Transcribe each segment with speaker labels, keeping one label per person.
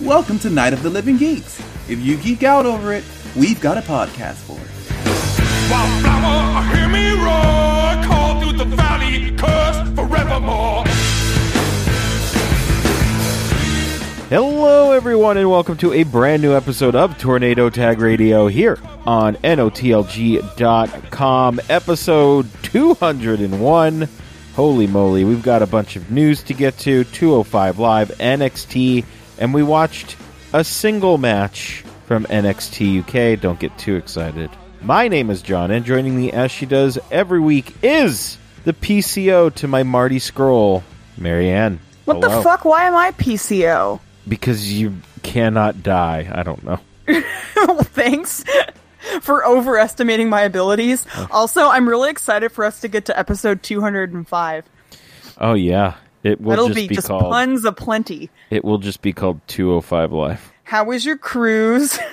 Speaker 1: Welcome to Night of the Living Geeks. If you geek out over it, we've got a podcast for it.
Speaker 2: Wildflower, hear me roar, call through the valley, cursed forevermore.
Speaker 3: Hello, everyone, and welcome to a brand new episode of Tornado Tag Radio here on NOTLG.com, episode 201. Holy moly, we've got a bunch of news to get to 205 Live, NXT, and we watched a single match from NXT UK. Don't get too excited. My name is John, and joining me as she does every week is the PCO to my Marty Scroll, Marianne.
Speaker 4: What the
Speaker 3: Hello
Speaker 4: fuck? Why am I PCO?
Speaker 3: because you cannot die. I don't know.
Speaker 4: Thanks for overestimating my abilities. Also, I'm really excited for us to get to episode 205.
Speaker 3: Oh yeah, it will
Speaker 4: That'll
Speaker 3: just
Speaker 4: be,
Speaker 3: be,
Speaker 4: just
Speaker 3: called.
Speaker 4: puns aplenty.
Speaker 3: It will just be called 205 Live.
Speaker 4: How was your cruise?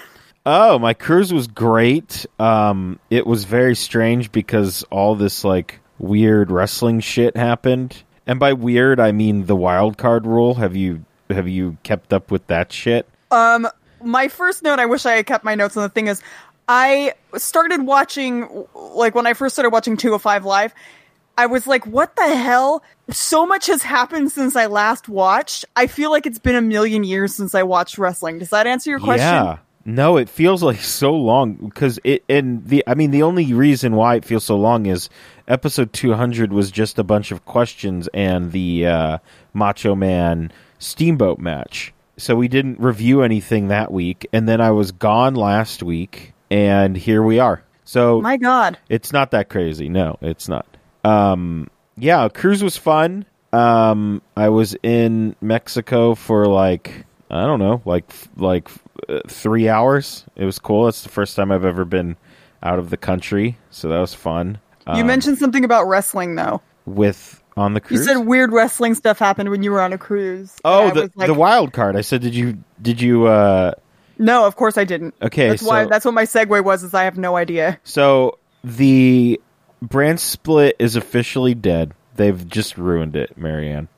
Speaker 3: Oh, my cruise was great. Um, it was very strange because all this like weird wrestling shit happened, and by weird I mean the wild card rule. Have you have you kept up with that shit?
Speaker 4: my first note, I wish I had kept my notes on the thing, is I started watching, like, when I first started watching 205 Live, I was like, what the hell? So much has happened since I last watched. I feel like it's been a million years since I watched wrestling. Does that answer your question?
Speaker 3: Yeah. No, it feels like so long because it and the I mean the only reason why it feels so long is episode 200 was just a bunch of questions and the uh, Macho Man Steamboat match. So we didn't review anything that week and then I was gone last week and here we are. So
Speaker 4: My God.
Speaker 3: it's not that crazy. No, it's not. Um, yeah, cruise was fun. Um, I was in Mexico for like I don't know, like like uh, three hours. It was cool. That's the first time I've ever been out of the country, so that was fun.
Speaker 4: You
Speaker 3: Um,
Speaker 4: mentioned something about wrestling, though.
Speaker 3: with on the
Speaker 4: You
Speaker 3: cruise.
Speaker 4: said weird wrestling stuff happened when you were on a cruise.
Speaker 3: oh,
Speaker 4: And I
Speaker 3: the
Speaker 4: was like,
Speaker 3: the wild card. I said, did you did you uh
Speaker 4: no, of course I didn't.
Speaker 3: Okay,
Speaker 4: that's why.
Speaker 3: so-
Speaker 4: That's what my segue was. Is I have no idea.
Speaker 3: So the brand split is officially dead. They've just ruined it, Marianne.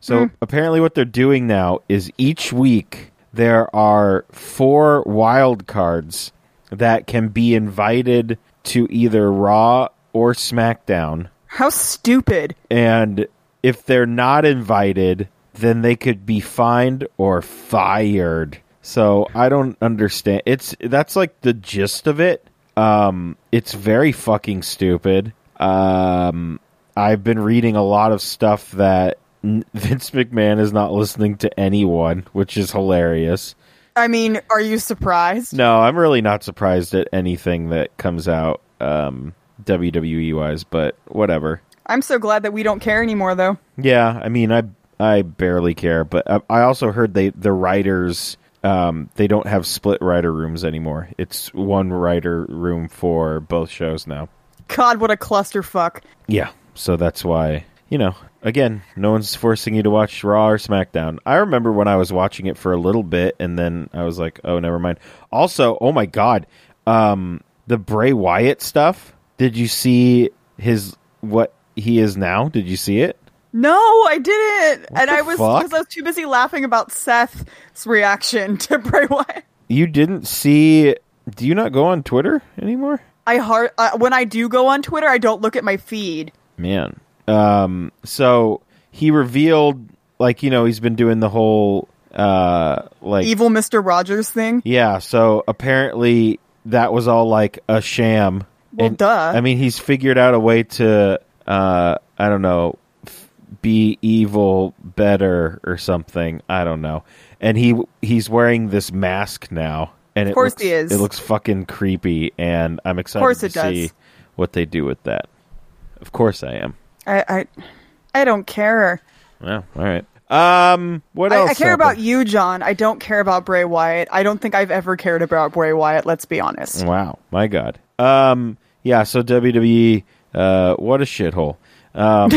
Speaker 3: So apparently, what they're doing now is each week there are four wild cards that can be invited to either Raw or SmackDown,
Speaker 4: How stupid!
Speaker 3: and if they're not invited, then they could be fined or fired. So I don't understand. It's that's like the gist of it. Um, it's very fucking stupid. Um, I've been reading a lot of stuff that n- Vince McMahon is not listening to anyone, which is hilarious.
Speaker 4: I mean, are you surprised?
Speaker 3: No, I'm really not surprised at anything that comes out um, WWE wise, but whatever.
Speaker 4: I'm so glad that we don't care anymore, though.
Speaker 3: Yeah, I mean, I I barely care, but I, I also heard they the writers um, they don't have split writer rooms anymore. It's one writer room for both shows now.
Speaker 4: God, what a clusterfuck!
Speaker 3: Yeah, so that's why you know. Again, no one's forcing you to watch Raw or SmackDown. I remember when I was watching it for a little bit, and then I was like, "Oh, never mind." Also, oh my god, um, the Bray Wyatt stuff. Did you see his what he is now? Did you see it?
Speaker 4: No, I didn't, and
Speaker 3: the
Speaker 4: I was
Speaker 3: fuck?
Speaker 4: because I was too busy laughing about Seth's reaction to Bray Wyatt.
Speaker 3: you didn't see do you not go on twitter anymore
Speaker 4: I hard uh, when I do go on Twitter, I don't look at my feed.
Speaker 3: man um so he revealed like you know he's been doing the whole uh like
Speaker 4: Evil Mister Rogers thing.
Speaker 3: yeah so apparently that was all like a sham
Speaker 4: Well,
Speaker 3: And,
Speaker 4: duh.
Speaker 3: i mean he's figured out a way to uh i don't know f- be evil better or something i don't know and he he's wearing this mask now and it
Speaker 4: course
Speaker 3: looks,
Speaker 4: he is.
Speaker 3: it looks fucking creepy and i'm excited
Speaker 4: course
Speaker 3: to
Speaker 4: it does.
Speaker 3: see what they do with that of course i am
Speaker 4: I, I, I don't care.
Speaker 3: well all right um what
Speaker 4: I,
Speaker 3: else
Speaker 4: I care about
Speaker 3: happened?
Speaker 4: you, John. I don't care about Bray Wyatt. I don't think I've ever cared about Bray Wyatt. Let's be honest.
Speaker 3: Wow, my God. Um, yeah. So WWE, uh, what a shithole. Um,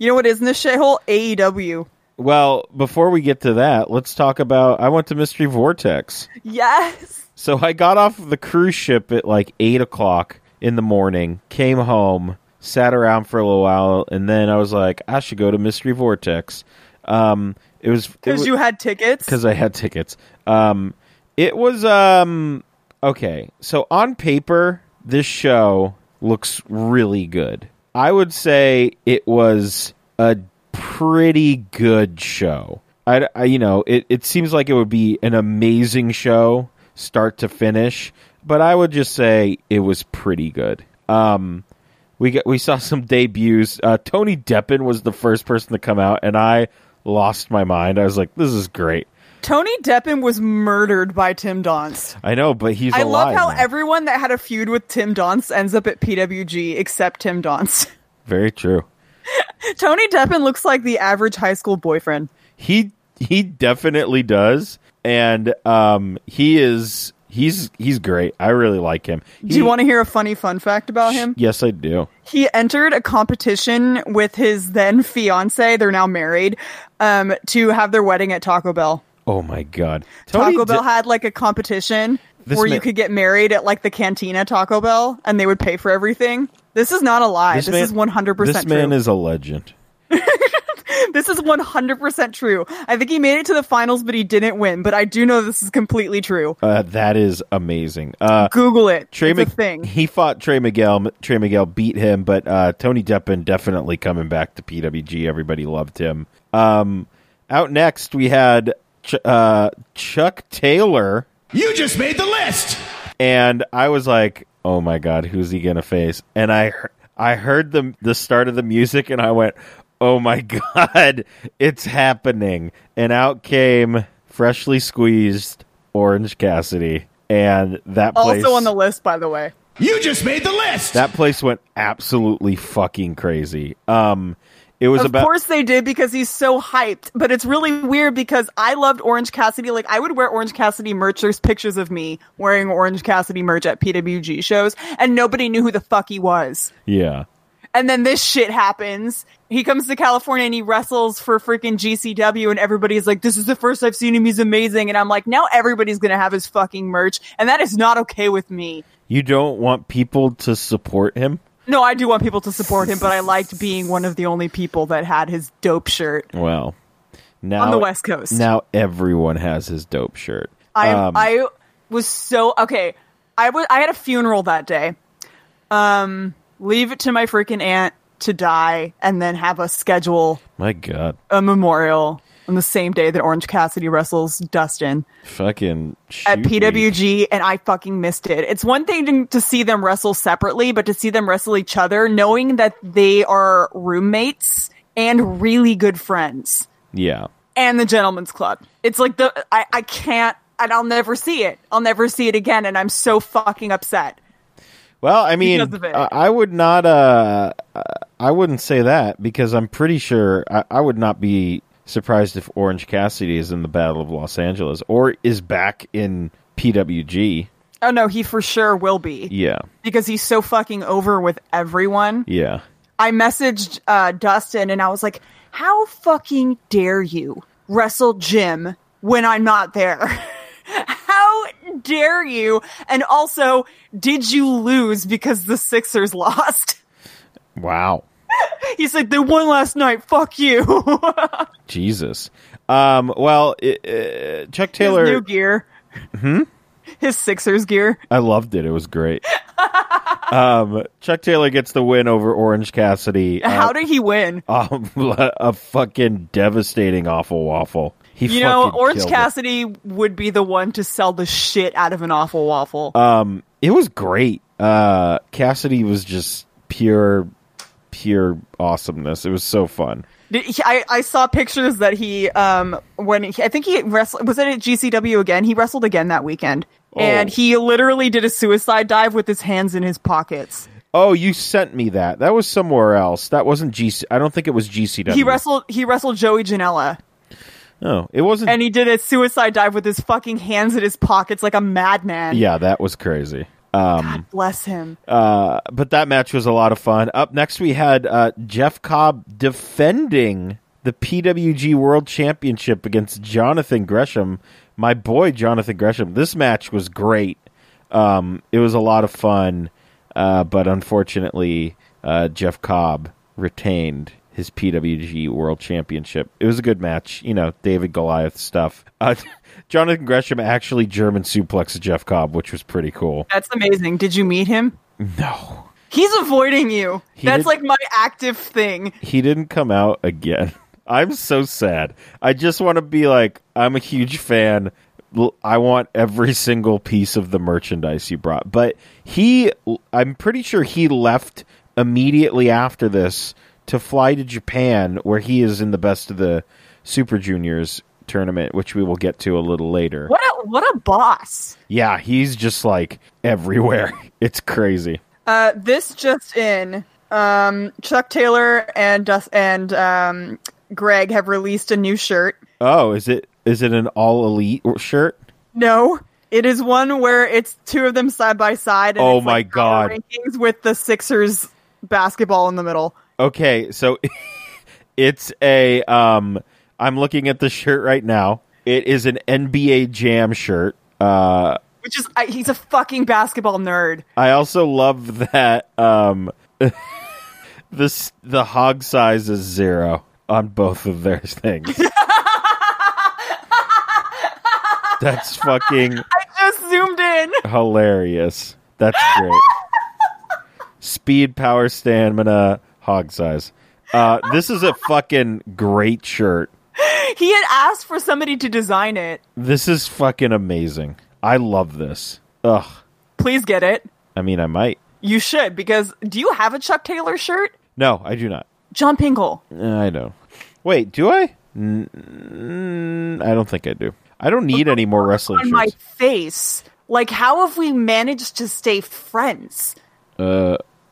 Speaker 4: You know what is in this shithole? E AEW.
Speaker 3: well, before we get to that, let's talk about. I went to Mystery Vortex,
Speaker 4: Yes.
Speaker 3: so I got off the cruise ship at like eight o'clock in the morning. Came home, sat around for a little while, and then I was like, I should go to Mystery Vortex. Um, It was it
Speaker 4: because
Speaker 3: wa-
Speaker 4: you had tickets.
Speaker 3: because I had tickets. Um, it was um okay. So on paper, this show looks really good. I would say it was a pretty good show. I, I- you know it, it seems like it would be an amazing show start to finish, but I would just say it was pretty good. Um, we got we saw some debuts. Uh, Tony Deppen was the first person to come out, and I lost my mind. I was like, "This is great."
Speaker 4: Tony Deppen was murdered by Tim Donst.
Speaker 3: I know, but he's.
Speaker 4: I love
Speaker 3: alive
Speaker 4: how
Speaker 3: now.
Speaker 4: everyone that had a feud with Tim Donst ends up at PWG except Tim Donst.
Speaker 3: Very true.
Speaker 4: Tony Deppen looks like the average high school boyfriend.
Speaker 3: He he definitely does, and um, he is he's he's great. I really like him.
Speaker 4: Do you want to hear a funny fun fact about him?
Speaker 3: Yes, I do.
Speaker 4: he entered a competition with his then fiance they're now married um, to have their wedding at taco bell
Speaker 3: Oh my god, De-
Speaker 4: taco bell had like a competition
Speaker 3: This
Speaker 4: where
Speaker 3: ma-
Speaker 4: you could get married at like the cantina taco bell and they would pay for everything this is not a lie this,
Speaker 3: man-
Speaker 4: is 100%
Speaker 3: This
Speaker 4: true
Speaker 3: man is a legend.
Speaker 4: this is 100% true i think he made it to the finals but he didn't win but i do know this is completely true
Speaker 3: Uh, that is amazing. Uh,
Speaker 4: google it
Speaker 3: Trey
Speaker 4: it's
Speaker 3: Mc-
Speaker 4: a thing
Speaker 3: He fought Trey Miguel. Trey Miguel beat him, but uh, Tony Deppen definitely coming back to PWG. Everybody loved him. Um, out next, we had Ch- uh, Chuck Taylor,
Speaker 5: You just made the list!
Speaker 3: and I was like, "Oh my god, who's he gonna face?" And I he- I heard the the start of the music, and I went, "Oh my god, it's happening!" And out came freshly squeezed Orange Cassidy, and that place
Speaker 4: also on the list by the way
Speaker 5: You just made the list!
Speaker 3: that place went absolutely fucking crazy. Um, it was
Speaker 4: Of
Speaker 3: about
Speaker 4: course they did because he's so hyped. But it's really weird because I loved Orange Cassidy. Like I would wear Orange Cassidy merch. There's pictures of me wearing Orange Cassidy merch at PWG shows, and nobody knew who the fuck he was.
Speaker 3: yeah,
Speaker 4: And then this shit happens. He comes to California and he wrestles for freaking GCW, and everybody's like, "This is the first I've seen him. He's amazing." And I'm like, now everybody's gonna have his fucking merch, and that is not okay with me.
Speaker 3: you don't want people to support him.
Speaker 4: No, I do want people to support him, but I liked being one of the only people that had his dope shirt.
Speaker 3: Well, now
Speaker 4: the West Coast.
Speaker 3: now everyone has his dope shirt.
Speaker 4: I am
Speaker 3: Um,
Speaker 4: I was so okay. I was I had a funeral that day. Um, leave it to my freaking aunt to die, and then have us schedule
Speaker 3: my god,
Speaker 4: a memorial on the same day that Orange Cassidy wrestles Dustin
Speaker 3: fucking
Speaker 4: at
Speaker 3: shoot me.
Speaker 4: PWG, and I fucking missed it. It's one thing to, to see them wrestle separately, but to see them wrestle each other, knowing that they are roommates and really good friends
Speaker 3: Yeah,
Speaker 4: and the gentleman's club it's like the i, I can't and i'll never see it i'll never see it again and i'm so fucking upset
Speaker 3: Well, I mean,
Speaker 4: Because of it.
Speaker 3: I I would not. Uh, uh, I wouldn't say that because I'm pretty sure I, I would not be surprised if Orange Cassidy is in the Battle of Los Angeles or is back in PWG.
Speaker 4: oh no he for sure will be
Speaker 3: Yeah,
Speaker 4: because he's so fucking over with everyone
Speaker 3: yeah.
Speaker 4: i messaged uh, dustin and i was like how fucking dare you wrestle jim when i'm not there how dare you and also did you lose because the sixers lost
Speaker 3: Wow,
Speaker 4: he's like they won last night fuck you
Speaker 3: Jesus. Um, well, i uh, Chuck Taylor. Hmm?
Speaker 4: His new gear. His Sixers gear.
Speaker 3: I loved it. It was great. um, Chuck Taylor gets the win over Orange Cassidy. Uh,
Speaker 4: How did he win?
Speaker 3: um, a fucking devastating awful waffle. He
Speaker 4: You know,
Speaker 3: fucking
Speaker 4: Orange
Speaker 3: killed it.
Speaker 4: Cassidy would be the one to sell the shit out of an awful waffle.
Speaker 3: Um, it was great. Uh, Cassidy was just pure, pure awesomeness. It was so fun.
Speaker 4: Did he- I, I saw pictures that he, um, when he, I think he wrestled, was it at GCW again? He wrestled again that weekend. And
Speaker 3: Oh.
Speaker 4: he literally did a suicide dive with his hands in his pockets.
Speaker 3: Oh, you sent me that. That was somewhere else. That wasn't GC. I don't think it was GCW.
Speaker 4: He wrestled, he wrestled Joey Janela.
Speaker 3: No, Oh, it wasn't.
Speaker 4: And he did a suicide dive with his fucking hands in his pockets like a madman.
Speaker 3: yeah, that was crazy.
Speaker 4: Bless him.
Speaker 3: Uh, but that match was a lot of fun. Up next, we had uh, Jeff Cobb defending the PWG World Championship against Jonathan Gresham. My boy, Jonathan Gresham. This match was great. Um, it was a lot of fun, uh, but unfortunately, uh, Jeff Cobb retained his PWG World Championship. It was a good match, you know, David Goliath stuff. Uh, Jonathan Gresham actually German suplex Jeff Cobb, which was pretty cool.
Speaker 4: That's amazing. Did you meet him?
Speaker 3: No,
Speaker 4: He's avoiding you.
Speaker 3: He
Speaker 4: That's
Speaker 3: did-
Speaker 4: like my active thing.
Speaker 3: he didn't come out again. I'm so sad. I just want to be like, I'm a huge fan. L- I want every single piece of the merchandise you brought. But he, I'm pretty sure he left immediately after this to fly to Japan, where he is in the best of the Super Juniors tournament, which we will get to a little later.
Speaker 4: What a what a boss.
Speaker 3: Yeah, he's just like everywhere. It's crazy.
Speaker 4: Uh, this just in. Um, Chuck Taylor and Dus and um, Greg have released a new shirt.
Speaker 3: Oh, is it is it an all elite shirt?
Speaker 4: No, it is one where it's two of them side by side. And
Speaker 3: Oh
Speaker 4: it's, like,
Speaker 3: my God.
Speaker 4: power Rankings with the Sixers basketball in the middle.
Speaker 3: Okay, so it's a um I'm looking at the shirt right now. It is an NBA Jam shirt. Uh
Speaker 4: Which is I, he's a fucking basketball nerd.
Speaker 3: I also love that um this the hog size is 0 on both of their things. That's fucking
Speaker 4: I just zoomed in.
Speaker 3: hilarious. That's great. Speed, power, stamina, hog size. Uh, this is a fucking great shirt.
Speaker 4: He had asked for somebody to design it.
Speaker 3: This is fucking amazing. I love this. Ugh.
Speaker 4: Please get it.
Speaker 3: I mean, I might.
Speaker 4: You should because do you have a Chuck Taylor shirt?
Speaker 3: No, I do not.
Speaker 4: John Pingle.
Speaker 3: Eh, I know. Wait, do I? N- n- I don't think I do. I don't need any more wrestling
Speaker 4: on my
Speaker 3: shirts.
Speaker 4: face. Like, how have we managed to stay friends?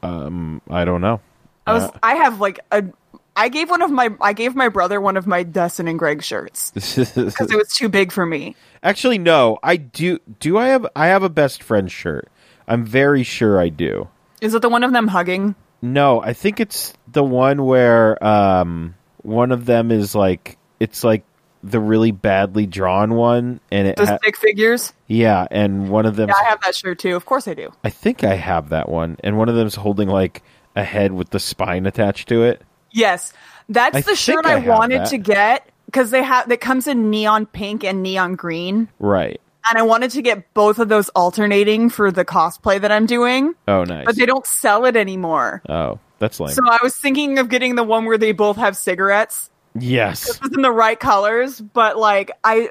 Speaker 3: I don't know.
Speaker 4: I
Speaker 3: Uh,
Speaker 4: was, I have like a, I gave one of my, I gave my brother one of my Dustin and Greg shirts because it was too big for me.
Speaker 3: Actually, no. I do. Do I have? I have a best friend shirt. I'm very sure I do.
Speaker 4: Is it the one of them hugging?
Speaker 3: No, I think it's the one where um, one of them is like it's like the really badly drawn one, and it
Speaker 4: The
Speaker 3: ha-
Speaker 4: stick figures?
Speaker 3: yeah, and one of them.
Speaker 4: Yeah, I have that shirt too. Of course I do.
Speaker 3: I think I have that one, and one of them's holding like a head with the spine attached to it.
Speaker 4: Yes, that's
Speaker 3: I
Speaker 4: the shirt
Speaker 3: think I
Speaker 4: I,
Speaker 3: have
Speaker 4: wanted
Speaker 3: that.
Speaker 4: to get because they have that comes in neon pink and neon green,
Speaker 3: Right.
Speaker 4: and I wanted to get both of those alternating for the cosplay that I'm doing,
Speaker 3: Oh, nice.
Speaker 4: but they don't sell it anymore.
Speaker 3: oh, that's lame.
Speaker 4: So I was thinking of getting the one where they both have cigarettes.
Speaker 3: yes.
Speaker 4: It's in the right colors, but like I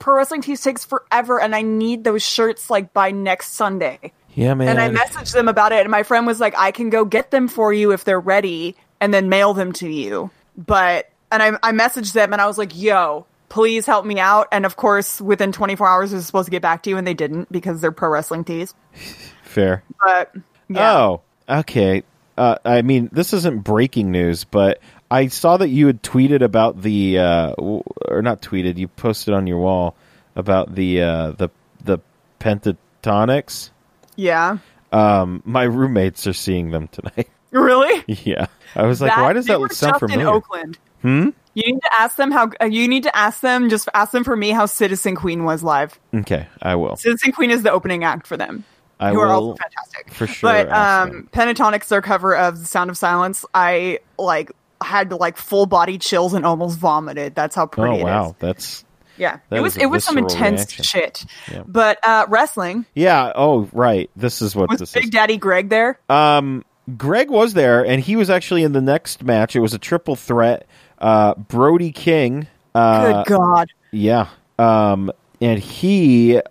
Speaker 4: pro wrestling tees takes forever and I need those shirts like by next Sunday.
Speaker 3: Yeah, man.
Speaker 4: And I messaged them about it and my friend was like, I can go get them for you if they're ready and then mail them to you. But and I I messaged them and I was like, yo, please help me out. And of course within twenty four hours I was supposed to get back to you and they didn't because they're pro wrestling tees.
Speaker 3: Fair.
Speaker 4: But yeah.
Speaker 3: Oh, okay. Uh, I mean, this isn't breaking news, but I saw that you had tweeted about the, uh, w- or not tweeted, you posted on your wall about the uh, the the pentatonics.
Speaker 4: Yeah.
Speaker 3: Um, my roommates are seeing them tonight.
Speaker 4: Really?
Speaker 3: yeah, I was like, why does
Speaker 4: they
Speaker 3: that
Speaker 4: were
Speaker 3: look sound
Speaker 4: just In
Speaker 3: familiar?
Speaker 4: Oakland. Hmm. You need to ask them how. uh, You need to ask them. Just ask them for me how Citizen Queen was live.
Speaker 3: Okay, I will.
Speaker 4: Citizen Queen is the opening act for them.
Speaker 3: I
Speaker 4: who
Speaker 3: will
Speaker 4: are also fantastic
Speaker 3: for sure
Speaker 4: But
Speaker 3: ask
Speaker 4: um,
Speaker 3: them.
Speaker 4: Pentatonics, their cover of "The Sound of Silence," I like had like full body chills and almost vomited. That's how pretty
Speaker 3: Oh
Speaker 4: it is.
Speaker 3: wow, that's
Speaker 4: Yeah,
Speaker 3: That
Speaker 4: it
Speaker 3: is
Speaker 4: was
Speaker 3: a
Speaker 4: it was some
Speaker 3: visceral
Speaker 4: intense
Speaker 3: reaction.
Speaker 4: shit. But uh, wrestling
Speaker 3: yeah. Oh right, this is what
Speaker 4: with
Speaker 3: this
Speaker 4: Big
Speaker 3: is.
Speaker 4: Daddy Greg there.
Speaker 3: Greg was there, and he was actually in the next match. It was a triple threat. Uh, Brody King. Uh,
Speaker 4: Good God!
Speaker 3: Yeah. Um, and he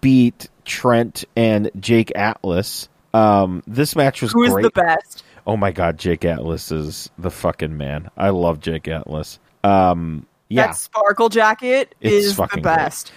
Speaker 3: beat Trent and Jake Atlas. Um, this match was
Speaker 4: Who is
Speaker 3: great.
Speaker 4: the best?
Speaker 3: Oh my god, Jake Atlas is the fucking man. I love Jake Atlas. Um, yeah,
Speaker 4: That sparkle jacket
Speaker 3: It's
Speaker 4: is the
Speaker 3: fucking great.
Speaker 4: best.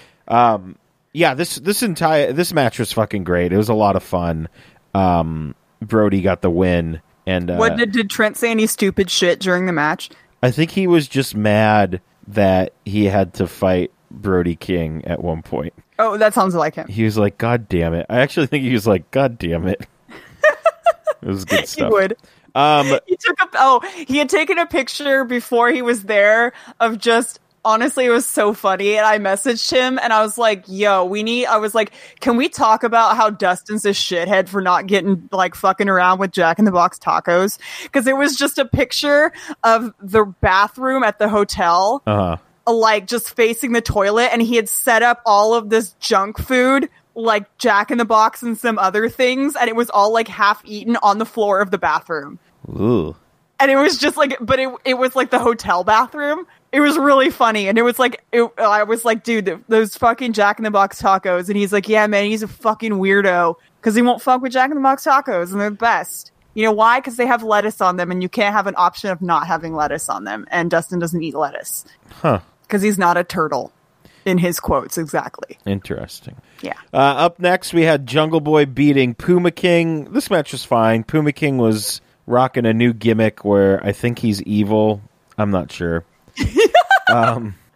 Speaker 3: yeah. This this entire this match was fucking great. It was a lot of fun. Um, Brody got the win, and uh,
Speaker 4: What did, did Trent say any stupid shit during the match?
Speaker 3: I think he was just mad that he had to fight Brody King at one point.
Speaker 4: Oh, that sounds like him.
Speaker 3: He was like, "God damn it!" I actually think he was like, "God damn it." it was good
Speaker 4: He
Speaker 3: stuff.
Speaker 4: would.
Speaker 3: Um,
Speaker 4: He took a oh, he had taken a picture before he was there of just honestly, it was so funny. And I messaged him and I was like, yo, we need, I was like, can we talk about how Dustin's a shithead for not getting like fucking around with Jack in the Box tacos? Because it was just a picture of the bathroom at the hotel
Speaker 3: Uh huh.
Speaker 4: like just facing the toilet and he had set up all of this junk food like jack in the box and some other things and it was all like half eaten on the floor of the bathroom
Speaker 3: Ooh.
Speaker 4: and it was just like but it it was like the hotel bathroom it was really funny and it was like it, i was like dude th- those fucking jack in the box tacos and he's like yeah man he's a fucking weirdo cuz he won't fuck with jack in the box tacos and they're the best you know why cuz they have lettuce on them and you can't have an option of not having lettuce on them and dustin doesn't eat lettuce
Speaker 3: Huh.
Speaker 4: because he's not a turtle in his quotes exactly
Speaker 3: Interesting.
Speaker 4: yeah
Speaker 3: Uh, up next, we had Jungle Boy beating Puma King. This match was fine. Puma King was rocking a new gimmick where I think he's evil. I'm not sure.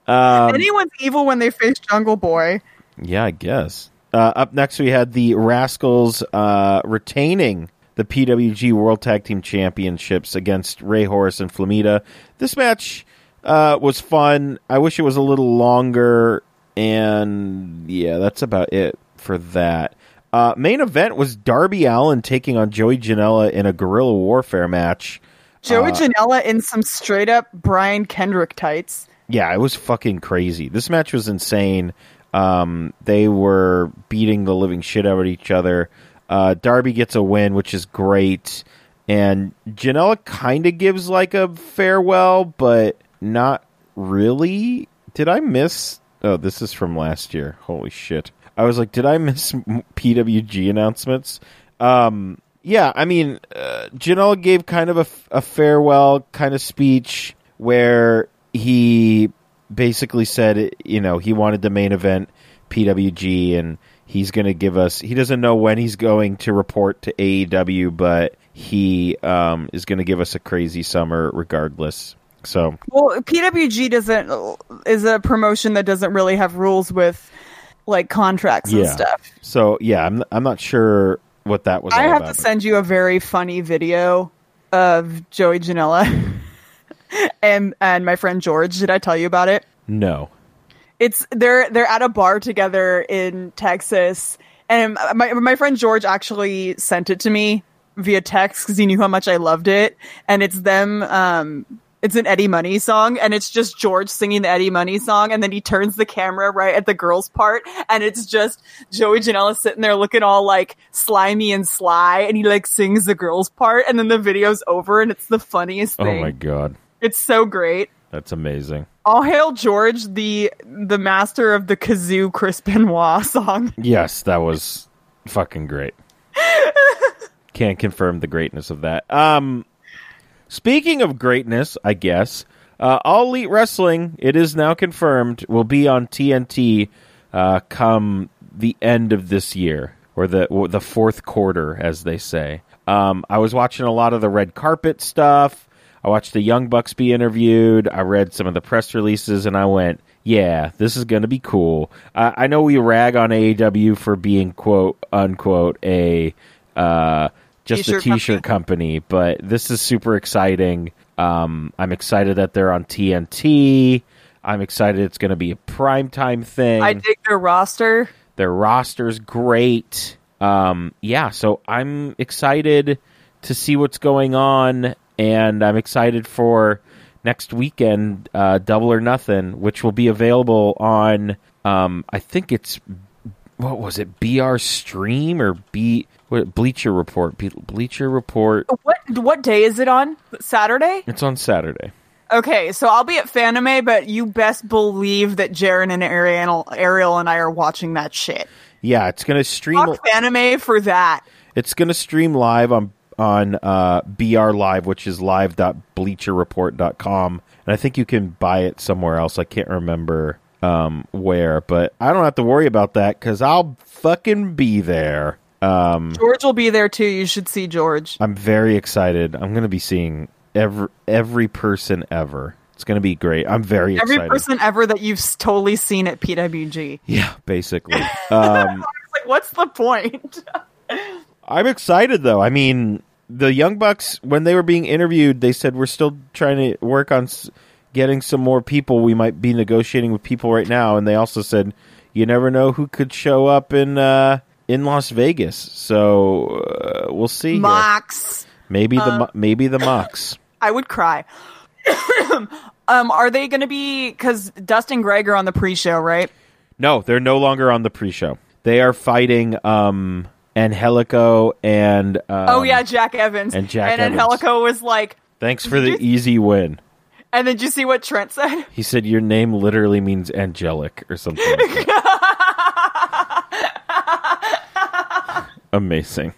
Speaker 4: anyone's evil when they face jungle boy
Speaker 3: Yeah, I guess. Uh, up next, we had the Rascals uh, retaining the PWG World Tag Team Championships against Ray Horace and Flamita. This match uh, was fun. I wish it was a little longer. And yeah, that's about it for that. Uh, main event was Darby Allen taking on Joey Janela in a guerrilla warfare match.
Speaker 4: joey janela in some straight up brian kendrick tights
Speaker 3: Yeah, it was fucking crazy. This match was insane. Um, they were beating the living shit out of each other. Uh, Darby gets a win, which is great. And Janela kind of gives like a farewell, but not really. Did I miss? Oh, this is from last year. Holy shit. I was like, did I miss m- PWG announcements? Um, yeah, I mean, uh, Janela gave kind of a, f- a farewell kind of speech where he basically said, you know, he wanted the main event PWG and he's going to give us, he doesn't know when he's going to report to AEW, but he um, is going to give us a crazy summer regardless. So,
Speaker 4: well pwg doesn't is a promotion that doesn't really have rules with like contracts and
Speaker 3: Yeah.
Speaker 4: stuff
Speaker 3: so yeah, I'm, I'm not sure what that was.
Speaker 4: i
Speaker 3: all
Speaker 4: have
Speaker 3: about, but-
Speaker 4: to send you a very funny video of joey janela and and my friend george did i tell you about it
Speaker 3: No.
Speaker 4: it's they're they're at a bar together in Texas, and my my friend George actually sent it to me via text because he knew how much I loved it, and it's them. Um, it's an Eddie Money song, and it's just George singing the Eddie Money song, and then he turns the camera right at the girls' part, and it's just Joey Janela sitting there looking all like slimy and sly, and he like sings the girls' part, and then the video's over, and it's the funniest thing.
Speaker 3: Oh my God.
Speaker 4: It's so great.
Speaker 3: That's amazing.
Speaker 4: All hail George, the the master of the kazoo Chris Benoit song.
Speaker 3: Yes, that was fucking great. Can't confirm the greatness of that. Um, speaking of greatness, I guess uh, All Elite Wrestling. It is now confirmed will be on TNT uh, come the end of this year or the or the fourth quarter, as they say. Um, I was watching a lot of the red carpet stuff. I watched the Young Bucks be interviewed. I read some of the press releases, and I went, "Yeah, this is going to be cool." I I know we rag on AEW for being "quote unquote" a uh, just
Speaker 4: T-shirt
Speaker 3: a T-shirt company. but this is super exciting. Um, I'm excited that they're on TNT. I'm excited it's going to be a primetime thing.
Speaker 4: I dig their roster.
Speaker 3: Their roster's great. Um, yeah, so I'm excited to see what's going on, and I'm excited for next weekend, uh, Double or Nothing, which will be available on, um, I think it's, what was it, BR Stream or B, what, Bleacher Report? Be- Bleacher Report.
Speaker 4: What what day is it on? Saturday?
Speaker 3: It's on Saturday.
Speaker 4: Okay, so I'll be at Fanime, but you best believe that Jaren and Ariel, Ariel and I are watching that shit.
Speaker 3: Yeah, it's going to stream.
Speaker 4: Fuck Fanime for that.
Speaker 3: It's going to stream live on on uh, BR Live, which is live.bleacherreport.com, and I think you can buy it somewhere else. I can't remember um, where, but I don't have to worry about that because I'll fucking be there. Hmm.
Speaker 4: George will be there too. You should see George.
Speaker 3: I'm very excited. I'm going to be seeing every every person ever. It's going to be great. I'm very
Speaker 4: Every
Speaker 3: excited.
Speaker 4: person ever that you've s- totally seen at PWG.
Speaker 3: yeah, basically. Um,
Speaker 4: It's like, what's the point?
Speaker 3: I'm excited though. I mean, the Young Bucks when they were being interviewed, they said we're still trying to work on s- getting some more people. We might be negotiating with people right now." And they also said, "You never know who could show up in uh, in Las Vegas." So uh, we'll see. here.
Speaker 4: Mox.
Speaker 3: Maybe the mo- maybe the Mox.
Speaker 4: I would cry. um, are they going to be because Dustin Greg are on the pre-show, right?
Speaker 3: No, they're no longer on the pre-show. They are fighting um Angelico and um,
Speaker 4: oh yeah, Jack Evans
Speaker 3: and Jack
Speaker 4: and
Speaker 3: Evans.
Speaker 4: Angelico was like,
Speaker 3: Thanks for the easy win.
Speaker 4: and then did you see what Trent said?
Speaker 3: He said your name literally means angelic or something. Like that. Amazing.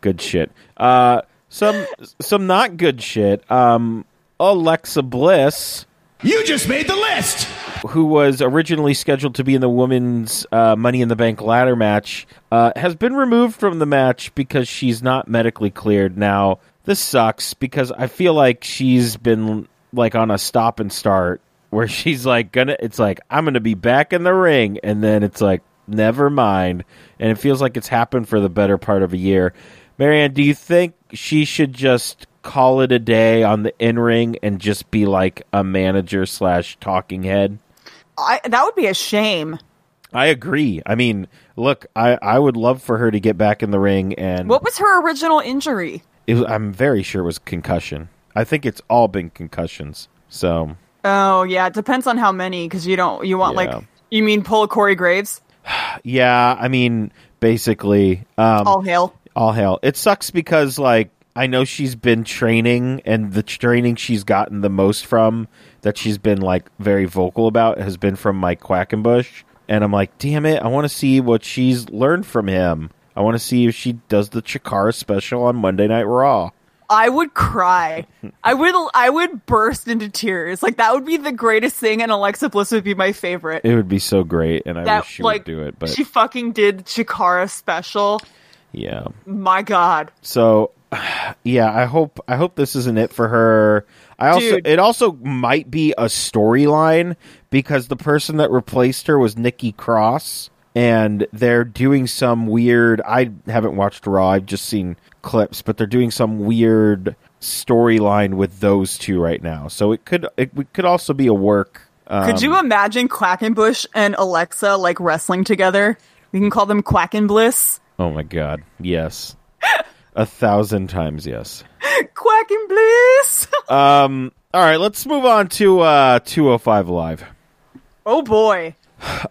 Speaker 3: Good shit. Uh some some not good shit. Um Alexa Bliss
Speaker 5: You just made the list.
Speaker 3: who was originally scheduled to be in the women's uh, Money in the Bank ladder match, uh, has been removed from the match because she's not medically cleared. Now, this sucks because I feel like she's been like on a stop and start where she's like gonna. It's like I'm gonna be back in the ring, and then it's like never mind, and it feels like it's happened for the better part of a year. Marianne, do you think she should just call it a day on the in ring and just be like a manager slash talking head?
Speaker 4: I, that would be a shame.
Speaker 3: I agree. I mean, look, I, I would love for her to get back in the ring, and
Speaker 4: What was her original injury?
Speaker 3: it was, I'm very sure it was concussion. I think it's all been concussions. So
Speaker 4: Oh yeah, it depends on how many because you don't you want
Speaker 3: Yeah.
Speaker 4: like you mean pull Corey Graves?
Speaker 3: yeah, I mean, basically, um,
Speaker 4: All hail.
Speaker 3: all hell. It sucks because like I know she's been training, and the training she's gotten the most from that she's been like very vocal about has been from Mike Quackenbush, and I'm like, damn it, I want to see what she's learned from him. I want to see if she does the Chikara special on Monday Night Raw.
Speaker 4: I would cry. I would I would burst into tears. Like that would be the greatest thing, and Alexa Bliss would be my favorite.
Speaker 3: It would be so great, and I
Speaker 4: that
Speaker 3: wish she
Speaker 4: like
Speaker 3: would do it. But
Speaker 4: she fucking did Chikara special.
Speaker 3: yeah,
Speaker 4: My God.
Speaker 3: so yeah, I hope I hope this isn't it for her. I also
Speaker 4: Dude.
Speaker 3: it also might be a storyline because the person that replaced her was Nikki Cross, and they're doing some weird. I haven't watched Raw. I've just seen clips, but they're doing some weird storyline with those two right now. So it could it, it could also be a work. Um,
Speaker 4: Could you imagine Quackenbush and Alexa like wrestling together? We can call them Quacken Bliss.
Speaker 3: oh my god, yes, a thousand times yes.
Speaker 4: Quacken Bliss.
Speaker 3: Um. All right, let's move on to uh 205 Live.
Speaker 4: oh boy.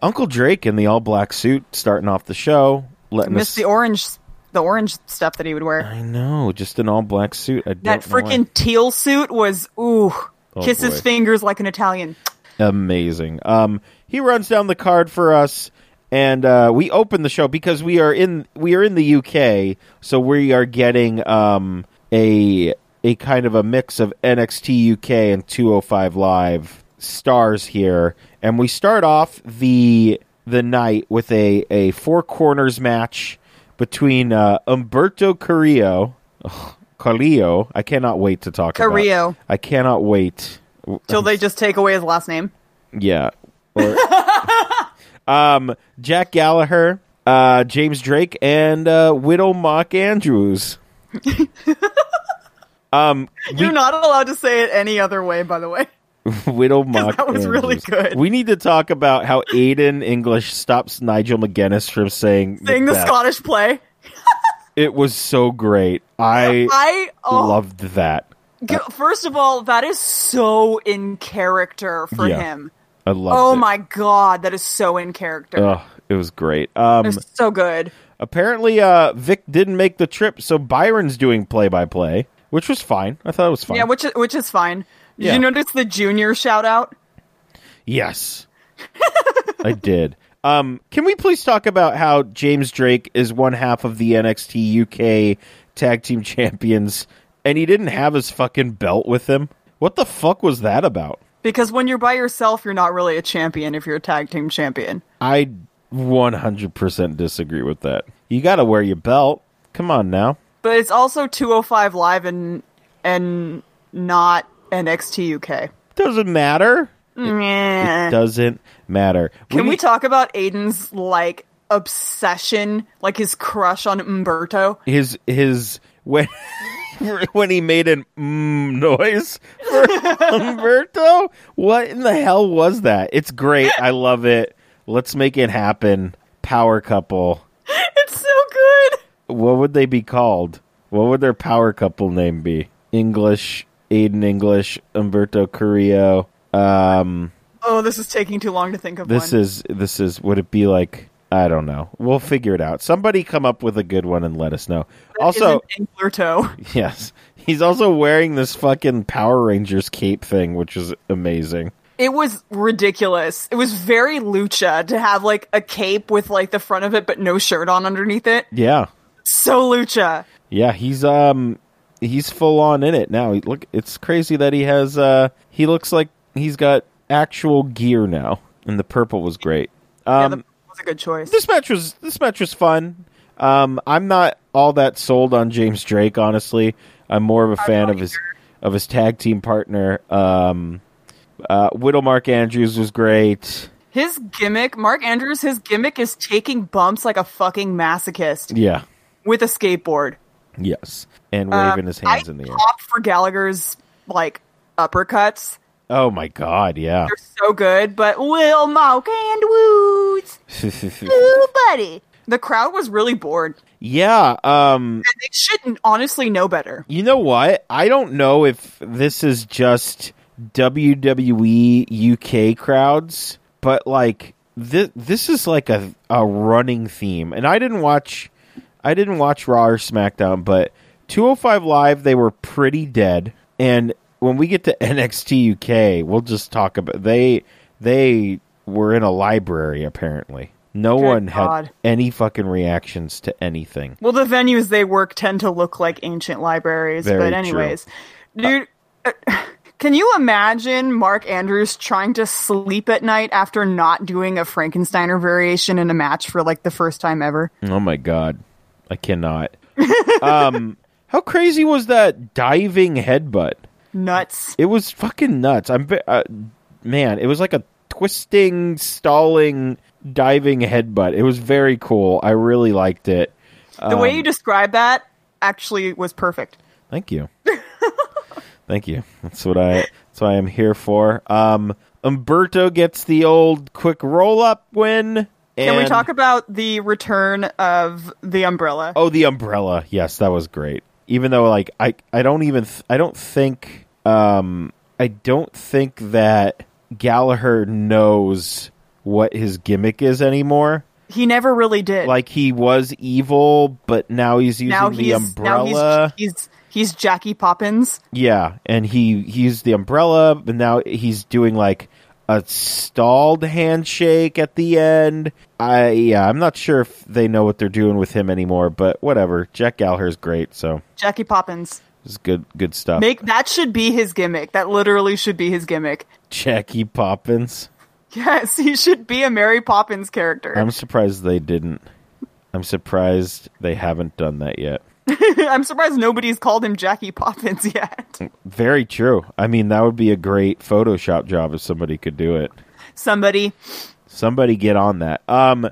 Speaker 3: Uncle Drake in the all black suit, starting off the show. Letting
Speaker 4: Miss
Speaker 3: us,
Speaker 4: the orange the orange stuff that he would wear.
Speaker 3: I know, just an all black suit. I
Speaker 4: That
Speaker 3: don't know why. Oh,
Speaker 4: freaking teal suit was ooh. Kiss his
Speaker 3: boy.
Speaker 4: fingers like an Italian.
Speaker 3: amazing. Um, he runs down the card for us, and uh, we open the show because we are in we are in the UK, so we are getting um a a kind of a mix of NXT UK and 205 Live stars here, and we start off the the night with a a four corners match between uh, Umberto Carrillo. Carrillo, I cannot wait to talk about-
Speaker 4: Carrillo.
Speaker 3: I cannot wait.
Speaker 4: Till they just take away his last name.
Speaker 3: Yeah. Or, um, Jack Gallagher, uh, James Drake, and uh, Widow Mock Andrews. um,
Speaker 4: You're not allowed to say it any other way, by the way.
Speaker 3: Widow Mock.
Speaker 4: that was really
Speaker 3: Andrews.
Speaker 4: good.
Speaker 3: We need to talk about how Aiden English stops Nigel McGuinness from saying
Speaker 4: Saying the
Speaker 3: Macbeth.
Speaker 4: Scottish play.
Speaker 3: It was so great. I,
Speaker 4: I oh,
Speaker 3: loved that.
Speaker 4: G- First of all, that is so in character for
Speaker 3: Yeah.
Speaker 4: him.
Speaker 3: I loved
Speaker 4: Oh
Speaker 3: it. Um,
Speaker 4: my god, that is so in character.
Speaker 3: Ugh, it was great. Um,
Speaker 4: It's so good.
Speaker 3: apparently, uh, Vic didn't make the trip, so Byron's doing play-by-play, which was fine. I thought it was fine.
Speaker 4: Yeah, which is, which is fine. Did
Speaker 3: Yeah.
Speaker 4: you notice the junior shout out?
Speaker 3: Yes. I did. Um, can we please talk about how James Drake is one half of the NXT UK tag team champions and he didn't have his fucking belt with him? What the fuck was that about?
Speaker 4: Because when you're by yourself, you're not really a champion if you're a tag team champion.
Speaker 3: I 100% disagree with that. You got to wear your belt. Come on now.
Speaker 4: But it's also 205 live and and not NXT UK.
Speaker 3: Doesn't matter.
Speaker 4: Meh.
Speaker 3: Doesn't matter.
Speaker 4: Uh. Can we
Speaker 3: need-
Speaker 4: talk about Aiden's like obsession, like his crush on Umberto?
Speaker 3: his his when when he made an mm noise for Umberto. What in the hell was that? It's great. I love it. Let's make it happen. Power couple.
Speaker 4: It's so good.
Speaker 3: What would they be called? What would their power couple name be? English, Aiden English, Umberto Carrillo. Um,
Speaker 4: Oh, this is taking too long to think of
Speaker 3: this
Speaker 4: one.
Speaker 3: is this is would it be like I don't know. We'll figure it out. Somebody come up with a good one and let us know. also,
Speaker 4: Isn't Angler Toe.
Speaker 3: Yes. He's also wearing this fucking Power Rangers cape thing, which is amazing.
Speaker 4: It was ridiculous. It was very lucha to have like a cape with like the front of it but no shirt on underneath it.
Speaker 3: Yeah.
Speaker 4: So lucha.
Speaker 3: Yeah, he's um he's full on in it now. He- Look, it's crazy that he has uh he looks like he's got actual gear now. And the purple was great.
Speaker 4: Yeah,
Speaker 3: Um
Speaker 4: that was a good choice.
Speaker 3: this match was this match was fun. Um, I'm not all that sold on James Drake, honestly. I'm more of a fan of his of his tag team partner. Um, uh, Whittle Mark Andrews was great.
Speaker 4: His gimmick, Mark Andrews, his gimmick is taking bumps like a fucking masochist
Speaker 3: Yeah,
Speaker 4: with a skateboard.
Speaker 3: yes, and waving his hands
Speaker 4: Um,
Speaker 3: in
Speaker 4: I
Speaker 3: the air.
Speaker 4: popped for Gallagher's like uppercuts.
Speaker 3: Oh my god, yeah.
Speaker 4: They're so good, but Will Malk and Woods, ooh buddy. The crowd was really bored.
Speaker 3: yeah, um
Speaker 4: And they shouldn't honestly know better.
Speaker 3: You know what? I don't know if this is just WWE UK crowds, but like this this is like a a running theme. And I didn't watch I didn't watch Raw or SmackDown, but 205 Live they were pretty dead. And when we get to NXT UK, we'll just talk about they they were in a library apparently. No
Speaker 4: Good
Speaker 3: one
Speaker 4: God.
Speaker 3: had any fucking reactions to anything.
Speaker 4: Well, the venues they work tend to look like ancient libraries,
Speaker 3: Very
Speaker 4: but
Speaker 3: true.
Speaker 4: anyways, dude, uh, can you imagine Mark Andrews trying to sleep at night after not doing a Frankensteiner variation in a match for like the first time ever?
Speaker 3: Oh my god, I cannot. um, how crazy was that diving headbutt?
Speaker 4: Nuts.
Speaker 3: It was fucking nuts. I'm ve- uh, man, it was like a twisting, stalling, diving headbutt. It was very cool. I really liked it.
Speaker 4: The way you
Speaker 3: Um,
Speaker 4: describe that actually was perfect.
Speaker 3: Thank you. Thank you. That's what I. That's what I am here for. Um, Umberto gets the old quick roll up win.
Speaker 4: Can we
Speaker 3: and-
Speaker 4: talk about the return of the umbrella?
Speaker 3: Oh, the umbrella. Yes, that was great. Even though, like, I, I don't even, th- I don't think, um, I don't think that Gallagher knows what his gimmick is anymore.
Speaker 4: He never really did.
Speaker 3: Like, he was evil, but now he's using
Speaker 4: now
Speaker 3: the
Speaker 4: he's
Speaker 3: umbrella.
Speaker 4: now he's he's he's Jackie Poppins.
Speaker 3: Yeah, and he he used the umbrella, but now he's doing like a stalled handshake at the end. I yeah, I'm not sure if they know what they're doing with him anymore, but whatever. Jack Gallagher's great, so
Speaker 4: Jackie Poppins.
Speaker 3: it's good good stuff.
Speaker 4: Make that should be his gimmick. That literally should be his gimmick.
Speaker 3: Jackie Poppins.
Speaker 4: Yes, he should be a Mary Poppins character.
Speaker 3: I'm
Speaker 4: I'm,
Speaker 3: surprised they didn't. I'm surprised they haven't done that yet.
Speaker 4: surprised nobody's called him Jackie Poppins yet.
Speaker 3: Very true. I mean, that would be a great Photoshop job if somebody could do it.
Speaker 4: Somebody.
Speaker 3: Somebody get on that. Um,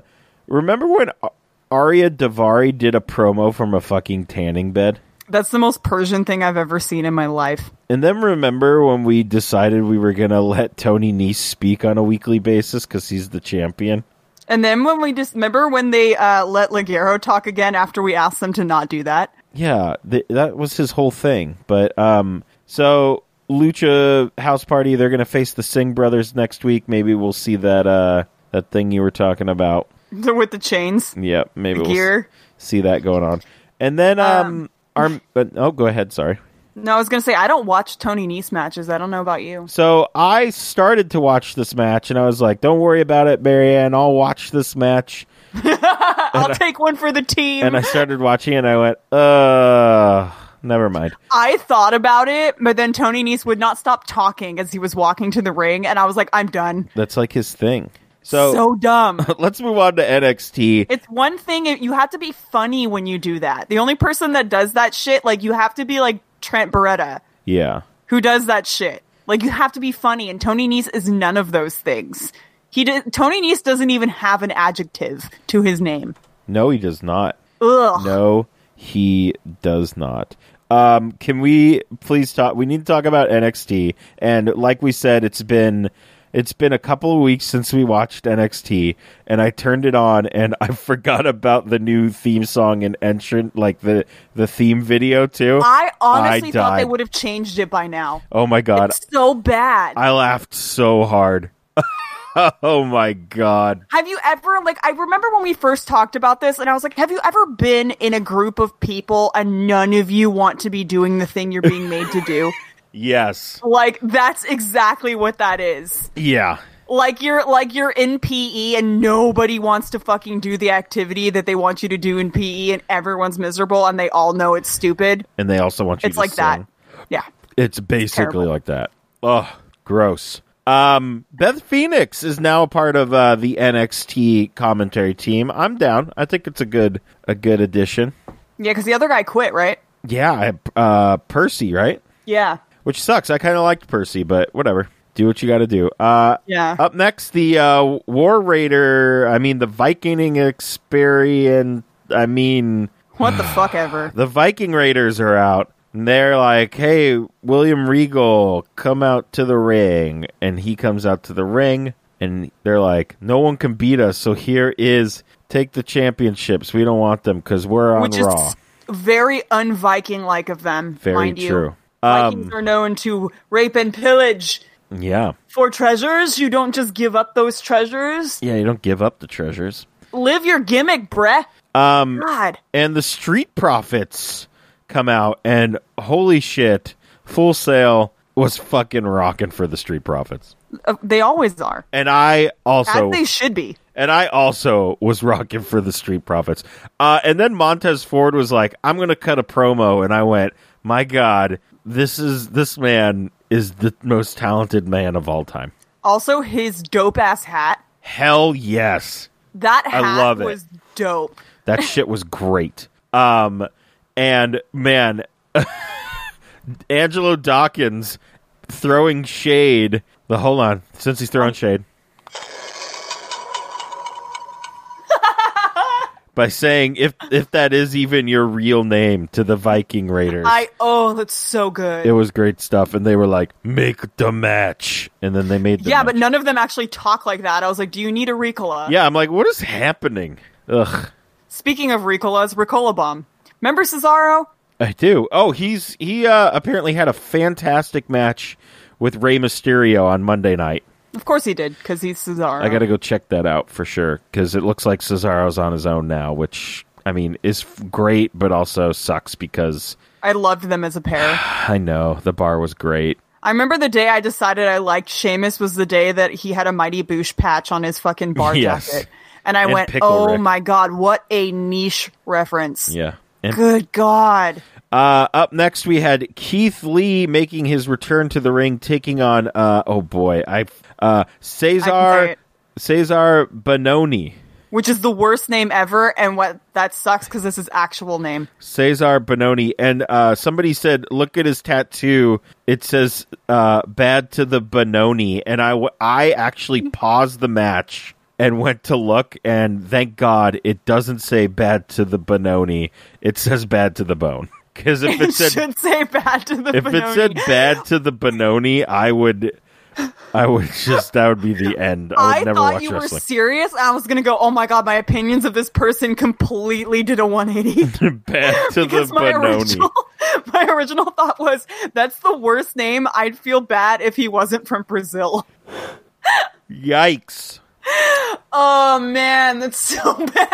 Speaker 3: remember when A- Arya Davari did a promo from a fucking tanning bed?
Speaker 4: That's the most Persian thing I've ever seen in my life.
Speaker 3: And then remember when we decided we were gonna let Tony Nese speak on a weekly basis because he's the champion?
Speaker 4: And then when we just remember when they uh, let Ligero talk again after we asked them to not do that.
Speaker 3: Yeah, th- that was his whole thing. But um, so Lucha House Party, they're gonna face the Singh brothers next week. Maybe we'll see that uh that thing you were talking about.
Speaker 4: With the chains.
Speaker 3: Yeah, maybe we'll
Speaker 4: gear.
Speaker 3: s- see that going on. And then um, our but oh, go ahead. Sorry.
Speaker 4: No, I was gonna say I don't watch Tony Nese matches. I don't know about you.
Speaker 3: So I started to watch this match, and I was like, "Don't worry about it, Marianne. I'll watch this match."
Speaker 4: I'll take one for the team.
Speaker 3: And I started watching, and I went, "Uh, never mind."
Speaker 4: I thought about it, but then Tony Nese would not stop talking as he was walking to the ring, and I was like, I'm done.
Speaker 3: That's like his thing. So,
Speaker 4: So, dumb.
Speaker 3: let's move on to NXT.
Speaker 4: it's one thing if- you have to be funny when you do that. The only person that does that shit, like you have to be like Trent Beretta,
Speaker 3: yeah,
Speaker 4: who does that shit. Like you have to be funny, and Tony Nese is none of those things. He did, Tony Nese doesn't even have an adjective to his name.
Speaker 3: no, he does not.
Speaker 4: Ugh.
Speaker 3: No, he does not. Um, can we please talk? We need to talk about NXT. And like we said, it's been it's been a couple of weeks since we watched NXT, and I turned it on and I forgot about the new theme song and entrant, like the the theme video too.
Speaker 4: I honestly thought they
Speaker 3: died.
Speaker 4: would have changed it by now.
Speaker 3: Oh my god,
Speaker 4: It's so bad.
Speaker 3: I laughed so hard. oh my god.
Speaker 4: Have you ever like I remember when we first talked about this and I was like, have you ever been in a group of people and none of you want to be doing the thing you're being made to do?
Speaker 3: Yes.
Speaker 4: like that's exactly what that is.
Speaker 3: Yeah.
Speaker 4: Like you're like you're in PE and nobody wants to fucking do the activity that they want you to do in PE and everyone's miserable and they all know it's stupid.
Speaker 3: And they also want you
Speaker 4: It's
Speaker 3: to
Speaker 4: like that.
Speaker 3: sing.
Speaker 4: Yeah.
Speaker 3: It's basically
Speaker 4: terrible.
Speaker 3: like that. Ugh, gross. Um, Beth Phoenix is now a part of uh, the NXT commentary team. I'm down. I think it's a good a good addition.
Speaker 4: Yeah, cuz the other guy quit, right?
Speaker 3: Yeah, I, uh, Percy, right?
Speaker 4: Yeah.
Speaker 3: Which sucks. I kind of liked Percy, but whatever. Do what you got to do. Uh,
Speaker 4: Yeah.
Speaker 3: Up next, the uh, War Raider. I mean, the Viking experience. I mean,
Speaker 4: What the fuck ever.
Speaker 3: the Viking Raiders are out. And they're like, hey, William Regal, come out to the ring. And he comes out to the ring. And they're like, no one can beat us. So here is take the championships. We don't want them because we're on
Speaker 4: Which is
Speaker 3: Raw.
Speaker 4: very un-Viking like of them,
Speaker 3: Very
Speaker 4: mind you.
Speaker 3: true. Um,
Speaker 4: Vikings are known to rape and pillage
Speaker 3: yeah.
Speaker 4: for treasures. You don't just give up those treasures.
Speaker 3: Yeah, you don't give up the treasures.
Speaker 4: Live your gimmick, bruh. Um, God,
Speaker 3: and the street profits come out and holy shit full sale was fucking rocking for the street profits
Speaker 4: Uh, they always are.
Speaker 3: and i
Speaker 4: As
Speaker 3: also
Speaker 4: they should be.
Speaker 3: and i also was rocking for the street profits uh, and then montez ford was like i'm gonna cut a promo and i went my god this is this man is the most talented man of all time
Speaker 4: Also, his dope ass hat.
Speaker 3: hell yes
Speaker 4: That hat
Speaker 3: love it.
Speaker 4: was dope.
Speaker 3: That shit was great. Um, and man, Angelo Dawkins throwing shade. The hold on, since he's throwing shade, by saying if if that is even your real name to the Viking Raiders.
Speaker 4: I oh, that's so good.
Speaker 3: it was great stuff, and they were like, "Make the match," and then they made. The
Speaker 4: yeah, but
Speaker 3: match.
Speaker 4: none of them actually talk like that. I was like, do you need a Ricola?
Speaker 3: Yeah, I'm like, what is happening? Ugh.
Speaker 4: Speaking of Ricolas, Ricola bomb. Remember Cesaro?
Speaker 3: I do. Oh, he's he uh, apparently had a fantastic match with Rey Mysterio on Monday night.
Speaker 4: Of course he did, because he's Cesaro.
Speaker 3: I got to go check that out for sure because it looks like Cesaro's on his own now, which I mean is f- great, but also sucks because
Speaker 4: I loved them as a pair.
Speaker 3: I know the bar was great.
Speaker 4: I remember the day I decided I liked Seamus was the day that he had a Mighty Boosh patch on his fucking bar
Speaker 3: Yes.
Speaker 4: jacket. And I
Speaker 3: And
Speaker 4: went,
Speaker 3: Pickle
Speaker 4: oh
Speaker 3: Rick."
Speaker 4: my god, what a niche reference.
Speaker 3: Yeah. And
Speaker 4: Good God.
Speaker 3: Uh, up next, we had Keith Lee making his return to the ring, taking on uh, oh boy, I uh,
Speaker 4: say
Speaker 3: Cesar
Speaker 4: it.
Speaker 3: Cesar Bononi.
Speaker 4: Which is the worst name ever. And what that sucks because this is actual name.
Speaker 3: Cesar Bononi, and uh, somebody said, "Look at his tattoo. It says uh, bad to the Bononi." And I, w- I actually paused the match and went to look, and thank God it doesn't say bad to the Bononi. It says bad to the bone. Because if it
Speaker 4: It
Speaker 3: said
Speaker 4: should say bad to the
Speaker 3: if it said
Speaker 4: Benoni.
Speaker 3: bad to the Bononi, I would, I would just that would be the end. I would
Speaker 4: I
Speaker 3: never
Speaker 4: thought
Speaker 3: watch
Speaker 4: you were
Speaker 3: wrestling.
Speaker 4: serious. and I was gonna go, oh my god, my opinions of this person completely did a 180.
Speaker 3: bad to the
Speaker 4: because my
Speaker 3: Bononi.
Speaker 4: original, my original thought was that's the worst name. I'd feel bad if he wasn't from Brazil.
Speaker 3: Yikes.
Speaker 4: Oh man, that's so bad.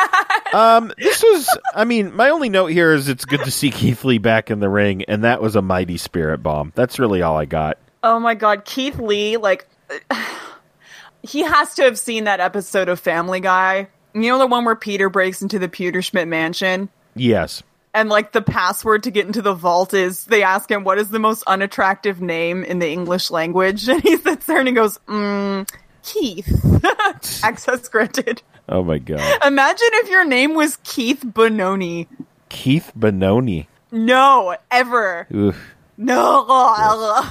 Speaker 3: Um, this was, I mean, my only note here is it's good to see Keith Lee back in the ring, and that was a mighty spirit bomb. That's really all I got.
Speaker 4: Oh my god, Keith Lee, like he has to have seen that episode of Family Guy. You know the one where Peter breaks into the Peter Schmidt mansion?
Speaker 3: Yes.
Speaker 4: And like the password to get into the vault is they ask him what is the most unattractive name in the English language, and he sits there and he goes, mm, Keith. Access granted.
Speaker 3: Oh my god.
Speaker 4: Imagine if your name was Keith Bononi.
Speaker 3: Keith Benoni.
Speaker 4: No, ever.
Speaker 3: Oof.
Speaker 4: No.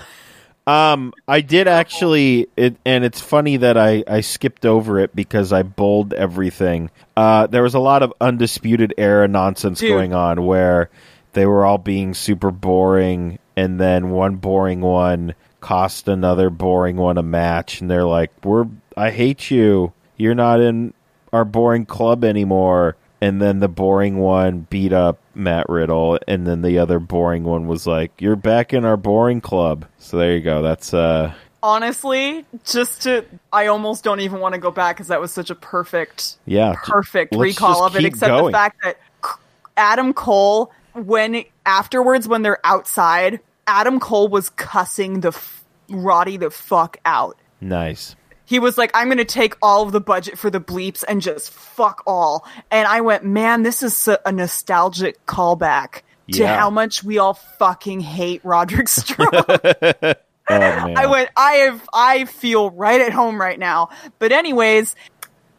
Speaker 3: Um, I did actually, it, and it's funny that I, I skipped over it because I bold everything. Uh, there was a lot of undisputed era nonsense
Speaker 4: Dude.
Speaker 3: going on where They were all being super boring, and then one boring one cost another boring one a match, and they're like, "We're I hate you. You're not in our boring club anymore." And then the boring one beat up Matt Riddle, and then the other boring one was like, "You're back in our boring club." So there you go. That's uh,
Speaker 4: Honestly, just to I almost don't even want to go back because that was such a perfect
Speaker 3: yeah, j-
Speaker 4: perfect
Speaker 3: let's
Speaker 4: recall
Speaker 3: just
Speaker 4: of it,
Speaker 3: keep
Speaker 4: except the
Speaker 3: going.
Speaker 4: fact that C- Adam Cole, when afterwards, when they're outside, Adam Cole was cussing the f- Roddy the fuck out.
Speaker 3: nice.
Speaker 4: He was like, "I'm going to take all of the budget for the bleeps and just fuck all." And I went, "Man, this is a, a nostalgic callback to
Speaker 3: Yeah.
Speaker 4: how much we all fucking hate Roderick Strong."
Speaker 3: Oh, man.
Speaker 4: I went. I have. I feel right at home right now. But anyways,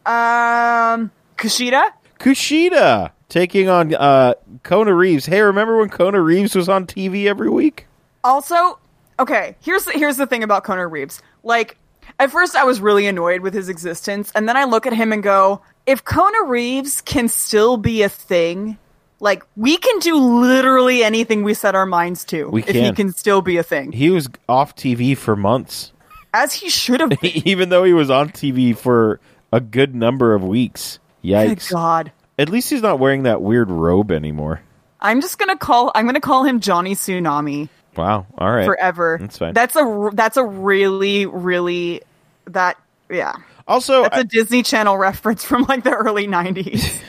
Speaker 4: um, Kushida.
Speaker 3: Kushida taking on uh, Kona Reeves. Hey, remember when Kona Reeves was on TV every week?
Speaker 4: Also, okay. Here's the, here's the thing about Conor Reeves. Like at first, I was really annoyed with his existence, and then I look at him and go, if Conor Reeves can still be a thing. Like we can do literally anything we set our minds to
Speaker 3: We
Speaker 4: if he
Speaker 3: can.
Speaker 4: can still be a thing,
Speaker 3: He was off TV for months,
Speaker 4: as he should have been.
Speaker 3: even though he was on TV for a good number of weeks.
Speaker 4: Good
Speaker 3: Yikes!
Speaker 4: God,
Speaker 3: At least he's not wearing that weird robe anymore.
Speaker 4: I'm just gonna call. I'm gonna call him Johnny Tsunami.
Speaker 3: Wow. All right.
Speaker 4: forever.
Speaker 3: That's fine.
Speaker 4: That's a r- that's a really really that yeah.
Speaker 3: also,
Speaker 4: That's a Disney Channel reference from like the early '90s.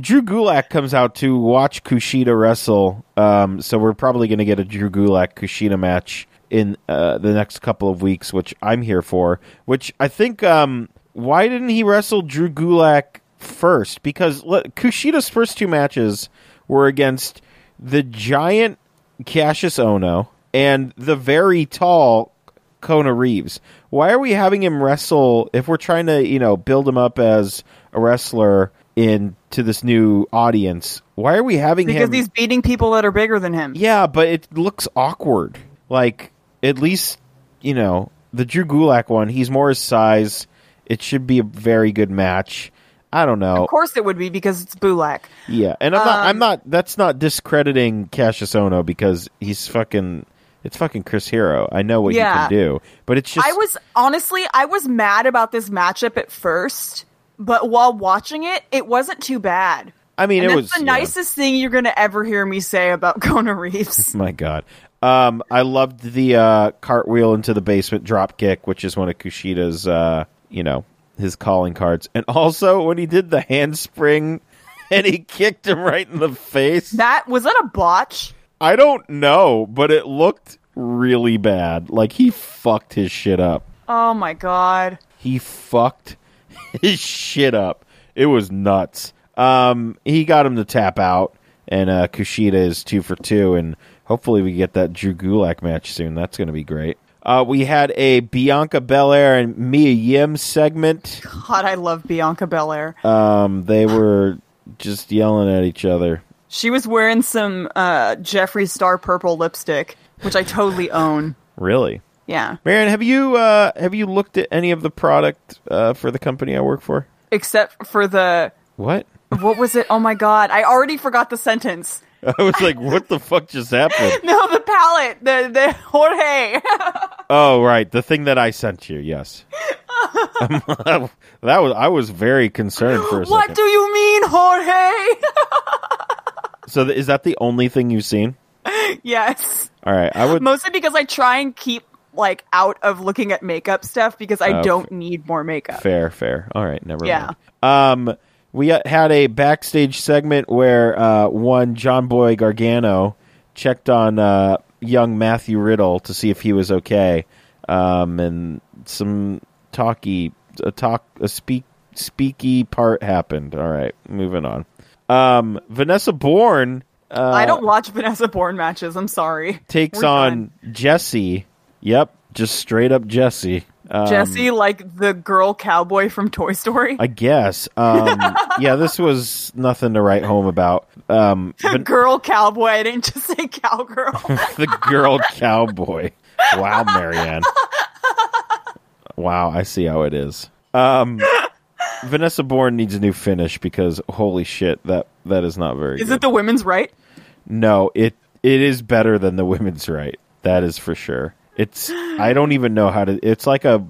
Speaker 3: Drew Gulak comes out to watch Kushida wrestle. Um, so we're probably going to get a Drew Gulak Kushida match in uh, the next couple of weeks, which I'm here for. Which I think, um, why didn't he wrestle Drew Gulak first? Because look, Kushida's first two matches were against the giant Cassius Ono and the very tall Kona Reeves. Why are we having him wrestle if we're trying to, you know, build him up as a wrestler in to this new audience? Why are we having
Speaker 4: because
Speaker 3: him?
Speaker 4: he's beating people that are bigger than him.
Speaker 3: yeah, but it looks awkward. Like at least you know the Drew Gulak one. He's more his size. It should be a very good match. I don't know.
Speaker 4: Of um, course it would be because it's Bulak.
Speaker 3: Yeah, and I'm not. I'm not. That's not discrediting Cassius Ono because he's fucking. It's fucking Chris Hero. I know what
Speaker 4: Yeah.
Speaker 3: you can do, but it's just.
Speaker 4: I was honestly I was mad about this matchup at first, but while watching it, it wasn't too bad.
Speaker 3: I mean,
Speaker 4: And
Speaker 3: it
Speaker 4: that's
Speaker 3: was
Speaker 4: the
Speaker 3: yeah.
Speaker 4: nicest thing you're gonna ever hear me say about Kona Reeves.
Speaker 3: My God, um, I loved the uh, cartwheel into the basement drop kick, which is one of Kushida's. Uh, you know his calling cards, and also when he did the handspring, and he kicked him right in the face.
Speaker 4: that was that a botch?
Speaker 3: I don't know, but it looked really bad. Like he fucked his shit up.
Speaker 4: Oh my god.
Speaker 3: He fucked his shit up. It was nuts. Um, he got him to tap out, and uh, Kushida is two for two, and hopefully we get that Drew Gulak match soon. That's going to be great. Uh, we had a Bianca Belair and Mia Yim segment.
Speaker 4: God, I love Bianca Belair.
Speaker 3: Um, they were just yelling at each other.
Speaker 4: She was wearing some uh, Jeffree Star purple lipstick, which I totally own.
Speaker 3: Really,
Speaker 4: Yeah,
Speaker 3: Marion, have you uh, have you looked at any of the product uh, for the company I work for?
Speaker 4: except for the
Speaker 3: What?
Speaker 4: what was it? Oh my god, I already forgot the sentence.
Speaker 3: I was like, what the fuck just happened?
Speaker 4: No, the palette, the the Jorge.
Speaker 3: Oh right, the thing that I sent you. Yes, that was. I was very concerned for a
Speaker 4: what
Speaker 3: second.
Speaker 4: do you mean, Jorge?
Speaker 3: so, th- is that the only thing you've seen?
Speaker 4: yes,
Speaker 3: All right, I would.
Speaker 4: mostly because I try and keep like out of looking at makeup stuff because I
Speaker 3: Oh,
Speaker 4: don't need more makeup.
Speaker 3: fair, fair. All right, never
Speaker 4: Yeah.
Speaker 3: mind. Um, we uh, had a backstage segment where uh, one John Boy Gargano checked on uh, young Matthew Riddle to see if he was okay, um, and some talky, a talk, a speak, speaky part happened. All right, moving on. Um, Vanessa Bourne. Uh,
Speaker 4: I don't watch Vanessa Bourne matches. I'm sorry.
Speaker 3: takes
Speaker 4: We're
Speaker 3: on Jesse. Yep, just straight up Jesse.
Speaker 4: done. Jesse, like the girl cowboy from Toy Story.
Speaker 3: um, I guess. Um, yeah, this was nothing to write home about. Um,
Speaker 4: The girl cowboy. I didn't just say cowgirl.
Speaker 3: the girl cowboy. Wow, Marianne. Wow, I see how it is. Um, Vanessa Bourne needs a new finish because holy shit, that that is not very.
Speaker 4: Is
Speaker 3: good.
Speaker 4: it the women's right?
Speaker 3: no, it it is better than the women's right. That is for sure. It's I don't even know how to. It's like a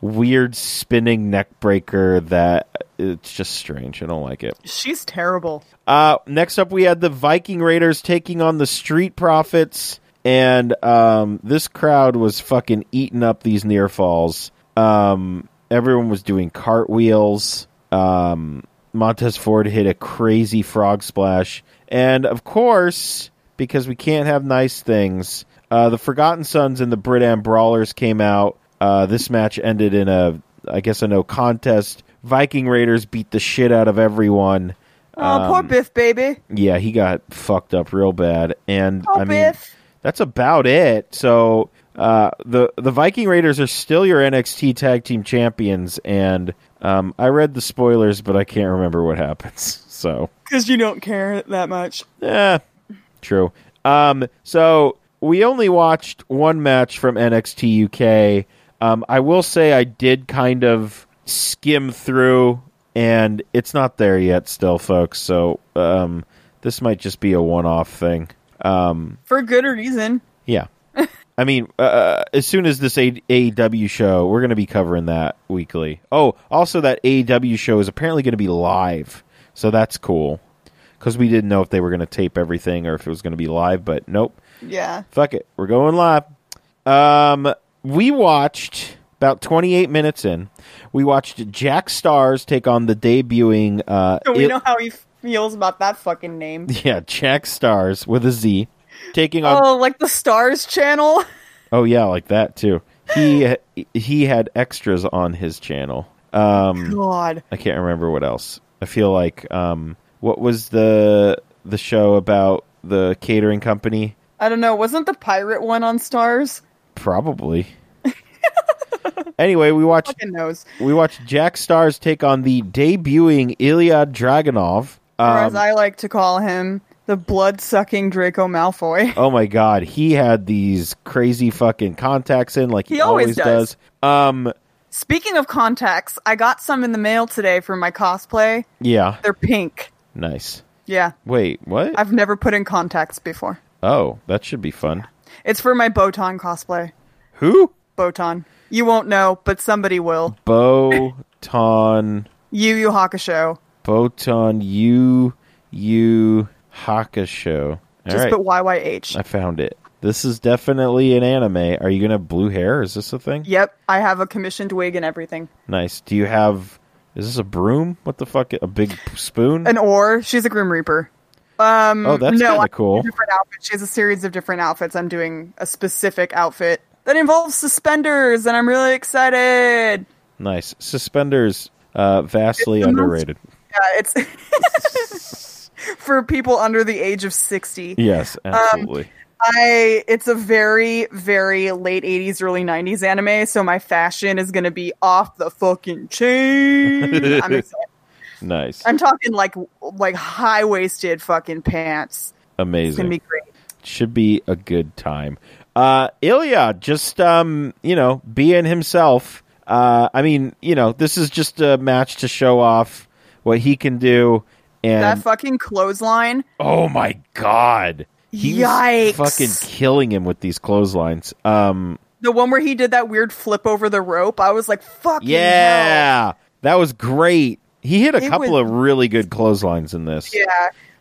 Speaker 3: weird spinning neck breaker that it's just strange. I don't like it.
Speaker 4: She's terrible.
Speaker 3: Uh, next up, we had the Viking Raiders taking on the Street Profits, and um, this crowd was fucking eating up these near falls. Um, everyone was doing cartwheels. Um, Montez Ford hit a crazy frog splash, and of course, because we can't have nice things, uh, the Forgotten Sons and the Brit Am Brawlers came out. Uh, this match ended in a, I guess, a no contest. Viking Raiders beat the shit out of everyone.
Speaker 4: Oh,
Speaker 3: Um,
Speaker 4: poor Biff, baby.
Speaker 3: Yeah, he got fucked up real bad, and
Speaker 4: Oh,
Speaker 3: I mean
Speaker 4: Biff.
Speaker 3: that's about it. So uh, the the Viking Raiders are still your NXT Tag Team Champions, and um, I read the spoilers, but I can't remember what happens. So
Speaker 4: Because you don't care that much.
Speaker 3: yeah, true. Um, so we only watched one match from NXT UK. Um, I will say I did kind of skim through, and it's not there yet, still, folks. So um, this might just be a one-off thing.
Speaker 4: For good reason.
Speaker 3: Yeah. I mean, uh, as soon as this A- AEW show, we're going to be covering that weekly. Oh, also that AEW show is apparently going to be live, so that's cool. Because we didn't know if they were going to tape everything or if it was going to be live, but nope.
Speaker 4: Yeah.
Speaker 3: Fuck it, we're going live. Um, we watched about 28 minutes in. We watched Jack Stars take on the debuting. Uh,
Speaker 4: And we
Speaker 3: Il-
Speaker 4: know how he feels about that fucking name.
Speaker 3: yeah, Jack Stars with a Z, taking on
Speaker 4: Oh, like the Stars channel?
Speaker 3: Oh yeah, like that too. He he had extras on his channel. Um,
Speaker 4: God.
Speaker 3: I can't remember what else. I feel like um, what was the the show about the catering company?
Speaker 4: I don't know. Wasn't the pirate one on Stars?
Speaker 3: Probably. anyway, we watched
Speaker 4: Fucking knows.
Speaker 3: we watched Jack Stars take on the debuting Ilya Dragunov.
Speaker 4: Or
Speaker 3: Um,
Speaker 4: as I like to call him, the blood sucking Draco Malfoy.
Speaker 3: Oh my god, he had these crazy fucking contacts in like he,
Speaker 4: He always does.
Speaker 3: does. Um
Speaker 4: Speaking of contacts, I got some in the mail today for my cosplay.
Speaker 3: yeah,
Speaker 4: They're pink.
Speaker 3: nice.
Speaker 4: Yeah.
Speaker 3: Wait, what?
Speaker 4: I've never put in contacts before.
Speaker 3: Oh, that should be fun.
Speaker 4: It's for my Botan cosplay.
Speaker 3: Who?
Speaker 4: Botan. You won't know, but somebody will.
Speaker 3: Botan
Speaker 4: Yu Yu Hakusho.
Speaker 3: Botan Yu Yu Hakusho. All
Speaker 4: Just
Speaker 3: right,
Speaker 4: put YYH.
Speaker 3: I found it. This is definitely an anime. Are you gonna have blue hair? Is this a thing?
Speaker 4: Yep, I have a commissioned wig and everything.
Speaker 3: Nice. Do you have? Is this a broom? What the fuck? A big spoon?
Speaker 4: An or she's a Grim Reaper.
Speaker 3: oh, that's
Speaker 4: um, no,
Speaker 3: kind
Speaker 4: I-
Speaker 3: of cool.
Speaker 4: Different outfit. She has a series of different outfits. I'm doing a specific outfit that involves suspenders, and I'm really excited.
Speaker 3: Nice suspenders. Uh, vastly
Speaker 4: It's the most-
Speaker 3: underrated.
Speaker 4: Yeah, it's for people under the age of sixty.
Speaker 3: Yes,
Speaker 4: Um,
Speaker 3: absolutely.
Speaker 4: I it's a very very late 80s early 90s anime so my fashion is going to be off the fucking chain. I'm, excited.
Speaker 3: nice.
Speaker 4: I'm talking like like high waisted fucking pants. It's
Speaker 3: Amazing.
Speaker 4: going to be great.
Speaker 3: should be a good time. Uh, Ilya, just um, you know, being himself. Uh, I mean, you know, this is just a match to show off what he can do.
Speaker 4: That
Speaker 3: And
Speaker 4: fucking clothesline.
Speaker 3: oh my god, he was
Speaker 4: Yikes.
Speaker 3: fucking killing him with these clotheslines. Um,
Speaker 4: The one where he did that weird flip over the rope. I was like, fuck
Speaker 3: yeah, that was great. He hit a
Speaker 4: It
Speaker 3: couple
Speaker 4: was-
Speaker 3: of really good clotheslines in this.
Speaker 4: Yeah.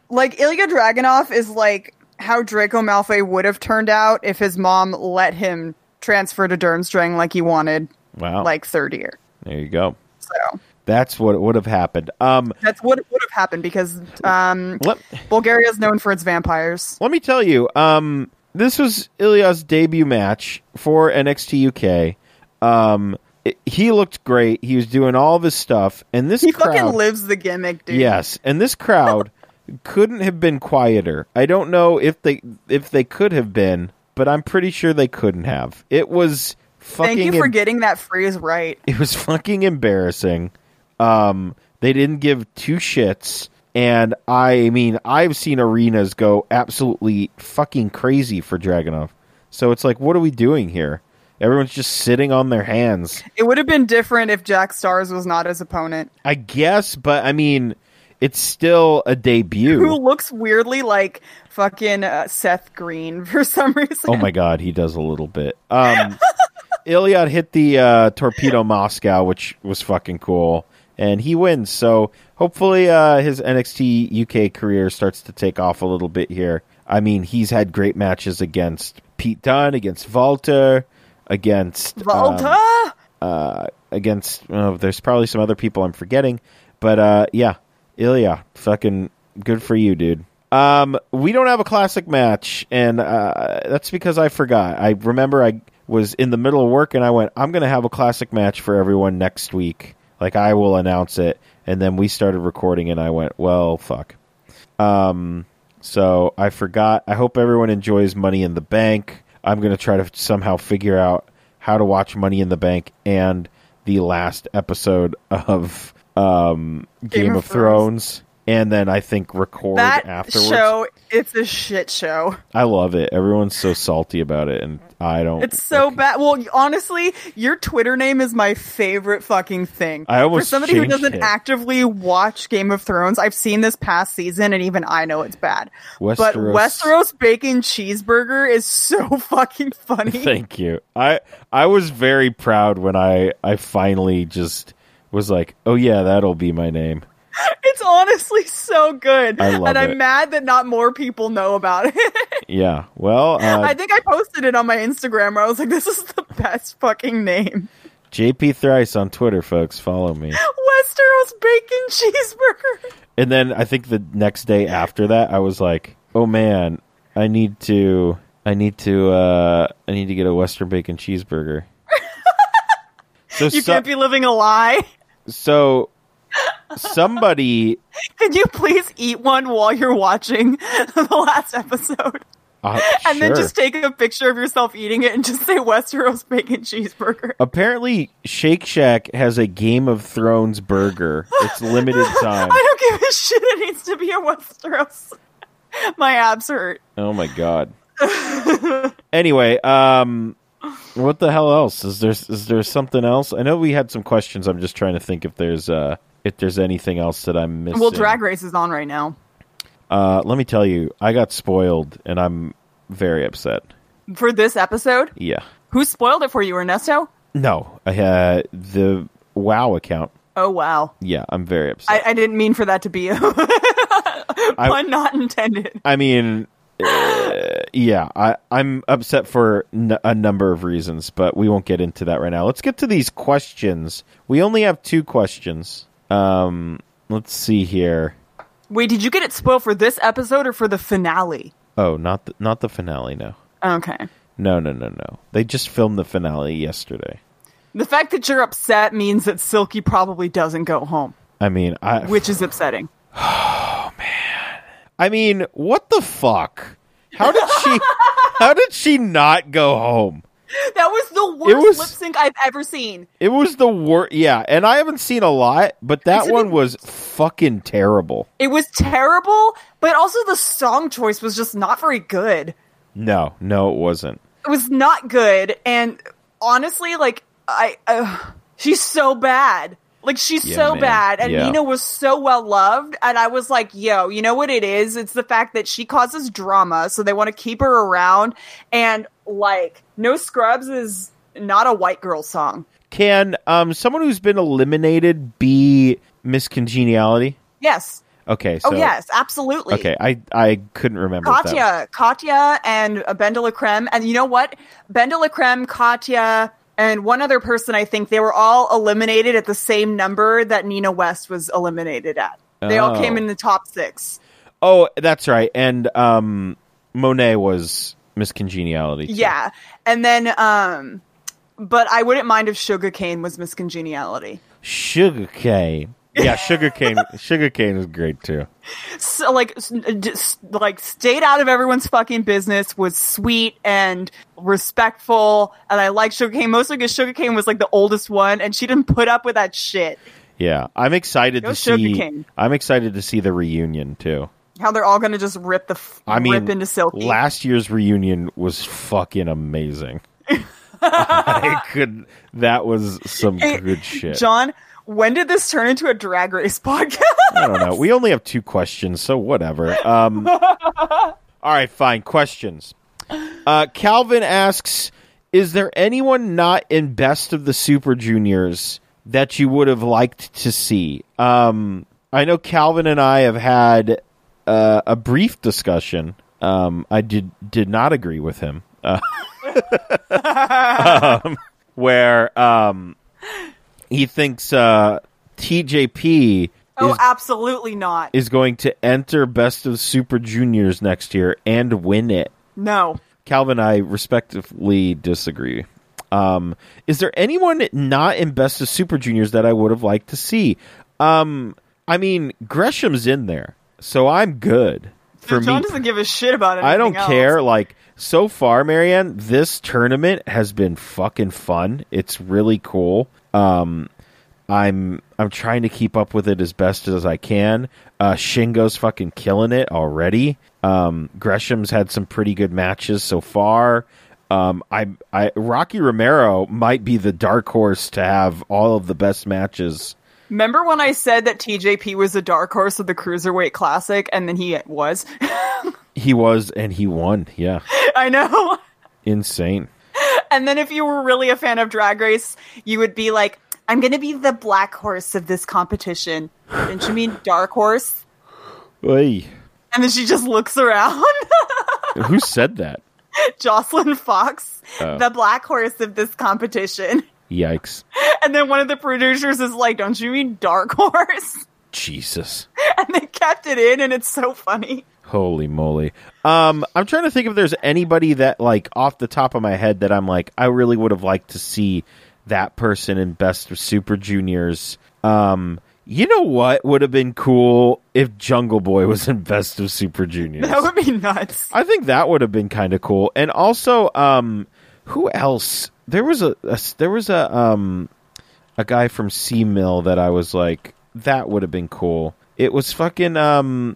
Speaker 4: Like Ilya Dragunov is like how Draco Malfoy would have turned out if his mom let him transfer to Durmstrang like he wanted
Speaker 3: Wow,
Speaker 4: like third year.
Speaker 3: there you go.
Speaker 4: So
Speaker 3: That's what would have happened. Um,
Speaker 4: that's what would have happened because um,
Speaker 3: let,
Speaker 4: Bulgaria is known for its vampires.
Speaker 3: Let me tell you, um, this was Ilya's debut match for NXT UK. Um, it- he looked great. He was doing all of his stuff, and this
Speaker 4: He
Speaker 3: crowd,
Speaker 4: fucking lives the gimmick, dude.
Speaker 3: yes, and this crowd couldn't have been quieter. I don't know if they if they could have been, but I'm pretty sure they couldn't have. It was fucking.
Speaker 4: Thank you for
Speaker 3: em-
Speaker 4: getting that phrase right.
Speaker 3: it was fucking embarrassing. Um, they didn't give two shits. And I mean, I've seen arenas go absolutely fucking crazy for Dragunov. So it's like, what are we doing here? Everyone's just sitting on their hands.
Speaker 4: It would have been different if Jack Stars was not his opponent.
Speaker 3: I guess, but I mean, It's still a debut.
Speaker 4: who looks weirdly like fucking uh, Seth Green for some reason.
Speaker 3: Oh my god, he does a little bit. Um, Iliad hit the uh, torpedo Moscow, which was fucking cool, and he wins. So hopefully, uh, his NXT UK career starts to take off a little bit here. I mean, he's had great matches against Pete Dunne, against Volter, against um,
Speaker 4: Volta?
Speaker 3: uh, against. Oh, there's probably some other people I'm forgetting, but uh, yeah, Ilya, fucking good for you, dude. Um, we don't have a classic match, and uh, that's because I forgot. I remember I was in the middle of work, and I went, "I'm gonna have a classic match for everyone next week. Like I will announce it." And then we started recording, and I went, "Well, fuck." So I forgot. I hope everyone enjoys Money in the Bank. I'm going to try to somehow figure out how to watch Money in the Bank and the last episode of um, Game, of,
Speaker 4: of
Speaker 3: Thrones. and then I think record
Speaker 4: that
Speaker 3: afterwards.
Speaker 4: show, it's a shit show.
Speaker 3: I love it. Everyone's so salty about it, and I don't.
Speaker 4: It's so bad. Well, honestly, your Twitter name is my favorite fucking thing.
Speaker 3: I almost
Speaker 4: for somebody who
Speaker 3: changed
Speaker 4: doesn't
Speaker 3: it.
Speaker 4: actively watch Game of Thrones, I've seen this past season, and even I know it's bad. But
Speaker 3: Westeros-
Speaker 4: Westeros bacon cheeseburger is so fucking funny.
Speaker 3: Thank you. I I was very proud when I I finally just was like, oh yeah, that'll be my name.
Speaker 4: It's honestly so good,
Speaker 3: I love
Speaker 4: and I'm
Speaker 3: it.
Speaker 4: mad that not more people know about it.
Speaker 3: Yeah. Well, uh,
Speaker 4: I think I posted it on my Instagram where I was like, this is the best fucking name.
Speaker 3: JP Thrice on Twitter, folks. Follow me.
Speaker 4: Westeros bacon cheeseburger.
Speaker 3: And then I think the next day after that, I was like, "Oh man, I need to, I need to, uh, I need to get a Western bacon cheeseburger." so,
Speaker 4: You
Speaker 3: so-
Speaker 4: can't be living a lie.
Speaker 3: so somebody,
Speaker 4: Can you please eat one while you're watching the last episode?
Speaker 3: uh,
Speaker 4: And then
Speaker 3: sure.
Speaker 4: just take a picture of yourself eating it and just say Westeros bacon cheeseburger.
Speaker 3: apparently Shake Shack has a Game of Thrones burger. It's limited time.
Speaker 4: I don't give a shit. It needs to be a Westeros. My abs hurt.
Speaker 3: Oh my god. anyway, um what the hell else? Is there is there something else? I know we had some questions. I'm just trying to think if there's uh if there's anything else that I'm missing.
Speaker 4: Well, Drag Race is on right now.
Speaker 3: Uh let me tell you, I got spoiled and I'm very upset.
Speaker 4: For this episode,
Speaker 3: Yeah.
Speaker 4: who spoiled it for you, Ernesto?
Speaker 3: No, I uh the wow account.
Speaker 4: Oh, wow.
Speaker 3: Yeah, I'm very upset.
Speaker 4: I, I didn't mean for that to be a pun not intended.
Speaker 3: I mean, uh, yeah, I, I'm upset for n- a number of reasons, but we won't get into that right now. Let's get to these questions. We only have two questions. Um, let's see here.
Speaker 4: Wait, did you get it spoiled for this episode or for the finale?
Speaker 3: Oh, not the, not the finale. No,
Speaker 4: Okay.
Speaker 3: no, no, no, no. They just filmed the finale yesterday.
Speaker 4: The fact that you're upset means that Silky probably doesn't go home,
Speaker 3: I mean, I
Speaker 4: which is upsetting.
Speaker 3: I mean, what the fuck? How did she? how did she not go home?
Speaker 4: That was the worst
Speaker 3: was-
Speaker 4: lip sync I've ever seen.
Speaker 3: It was the worst. Yeah, and I haven't seen a lot, but that
Speaker 4: Isn't
Speaker 3: one
Speaker 4: it-
Speaker 3: was fucking terrible.
Speaker 4: It was terrible, but also the song choice was just not very good.
Speaker 3: No, no, it wasn't.
Speaker 4: It was not good, and honestly, like I, uh, she's so bad. Like she's
Speaker 3: Yeah,
Speaker 4: so
Speaker 3: man.
Speaker 4: bad, and
Speaker 3: Yeah.
Speaker 4: Nina was so well loved, and I was like, "Yo, you know what it is? It's the fact that she causes drama, so they want to keep her around." And like, no scrubs is not a white girl song.
Speaker 3: Can um someone who's been eliminated be Miss Congeniality?
Speaker 4: Yes,
Speaker 3: Okay, so
Speaker 4: oh yes, absolutely.
Speaker 3: Okay, I I couldn't remember. if that-
Speaker 4: Katya, Katya, and uh, Ben de la Creme. And you know what? Ben de la Creme, Katya, and one other person, I think they were all eliminated at the same number that Nina West was eliminated at. They all
Speaker 3: Oh.
Speaker 4: came in the top six.
Speaker 3: Oh, that's right. And um Monet was Miss Congeniality. too.
Speaker 4: Yeah. And then, um, but I wouldn't mind if Sugar Cane was Miss Congeniality.
Speaker 3: Sugar cane. Yeah, sugar cane. sugar cane is great too.
Speaker 4: So, like, s- just, like stayed out of everyone's fucking business, was sweet and respectful. And I liked Sugar Cane mostly because Sugar Cane was like the oldest one and she didn't put up with that shit.
Speaker 3: Yeah, I'm excited
Speaker 4: Go
Speaker 3: to
Speaker 4: Sugar
Speaker 3: see.
Speaker 4: Cane.
Speaker 3: I'm excited to see the reunion too.
Speaker 4: how they're all going to just rip the f-
Speaker 3: I mean,
Speaker 4: rip into Silky.
Speaker 3: last year's reunion was fucking amazing. I could. That was some good shit.
Speaker 4: John, when did this turn into a drag race podcast?
Speaker 3: I don't know. We only have two questions, so whatever. Um, all right, fine. Questions. Uh, Calvin asks Is there anyone not in Best of the Super Juniors that you would have liked to see? Um, I know Calvin and I have had uh, a brief discussion. Um, I did did not agree with him. Uh, um, where um, he thinks uh, TJP
Speaker 4: oh,
Speaker 3: is
Speaker 4: absolutely not.
Speaker 3: is going to enter Best of Super Juniors next year and win it.
Speaker 4: no.
Speaker 3: Calvin and I respectively disagree. Um, is there anyone not in Best of Super Juniors that I would have liked to see? Um, I mean, Gresham's in there, so I'm good. For
Speaker 4: John
Speaker 3: me,
Speaker 4: doesn't give a shit about it.
Speaker 3: I don't care. Like so far, Marianne, this tournament has been fucking fun. It's really cool. Um, I'm I'm trying to keep up with it as best as I can. Uh, Shingo's fucking killing it already. Um, Gresham's had some pretty good matches so far. Um, I, I Rocky Romero might be the dark horse to have all of the best matches.
Speaker 4: Remember when I said that TJP was the dark horse of the Cruiserweight Classic, and then he was?
Speaker 3: He was and he won. Yeah,
Speaker 4: I know.
Speaker 3: insane.
Speaker 4: And then if you were really a fan of Drag Race, you would be like, I'm going to be the black horse of this competition. Didn't you mean dark horse?
Speaker 3: Oy.
Speaker 4: And then she just looks around.
Speaker 3: Who said that?
Speaker 4: Jocelyn Fox,
Speaker 3: Oh.
Speaker 4: the black horse of this competition.
Speaker 3: Yikes.
Speaker 4: And then one of the producers is like, Don't you mean dark horse?
Speaker 3: Jesus.
Speaker 4: And they kept it in, and it's so funny.
Speaker 3: Holy moly. Um, I'm trying to think if there's anybody that, like, off the top of my head that I'm like, I really would have liked to see that person in Best of Super Juniors. Um, you know what would have been cool if Jungle Boy was in Best of Super Juniors?
Speaker 4: That would be nuts.
Speaker 3: I think that would have been kind of cool. And also, um, who else? There was a, a there was a um, a guy from C Mill that I was like, that would have been cool. It was fucking um,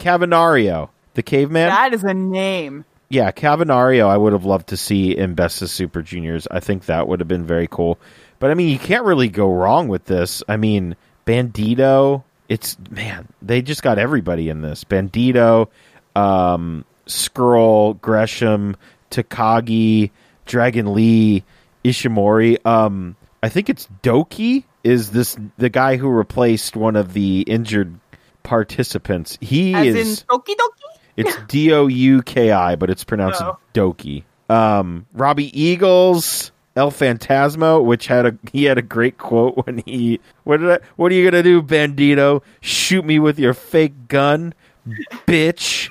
Speaker 3: Cavanario, the caveman.
Speaker 4: That is a name.
Speaker 3: yeah, Cavanario. I would have loved to see in Best of Super Juniors. I think that would have been very cool. But I mean, you can't really go wrong with this. I mean, Bandito. It's man, they just got everybody in this. Bandito, um, Skrull, Gresham, Takagi, Dragon Lee, Ishimori. Um, I think it's Doki is this the guy who replaced one of the injured participants. He
Speaker 4: As
Speaker 3: is
Speaker 4: in Doki Doki?
Speaker 3: it's D O U K I, but it's pronounced
Speaker 4: Oh.
Speaker 3: Doki. Um, Robbie Eagles, El Fantasmo, which had a he had a great quote when he what did I, what are you gonna do, Bandito? Shoot me with your fake gun, bitch.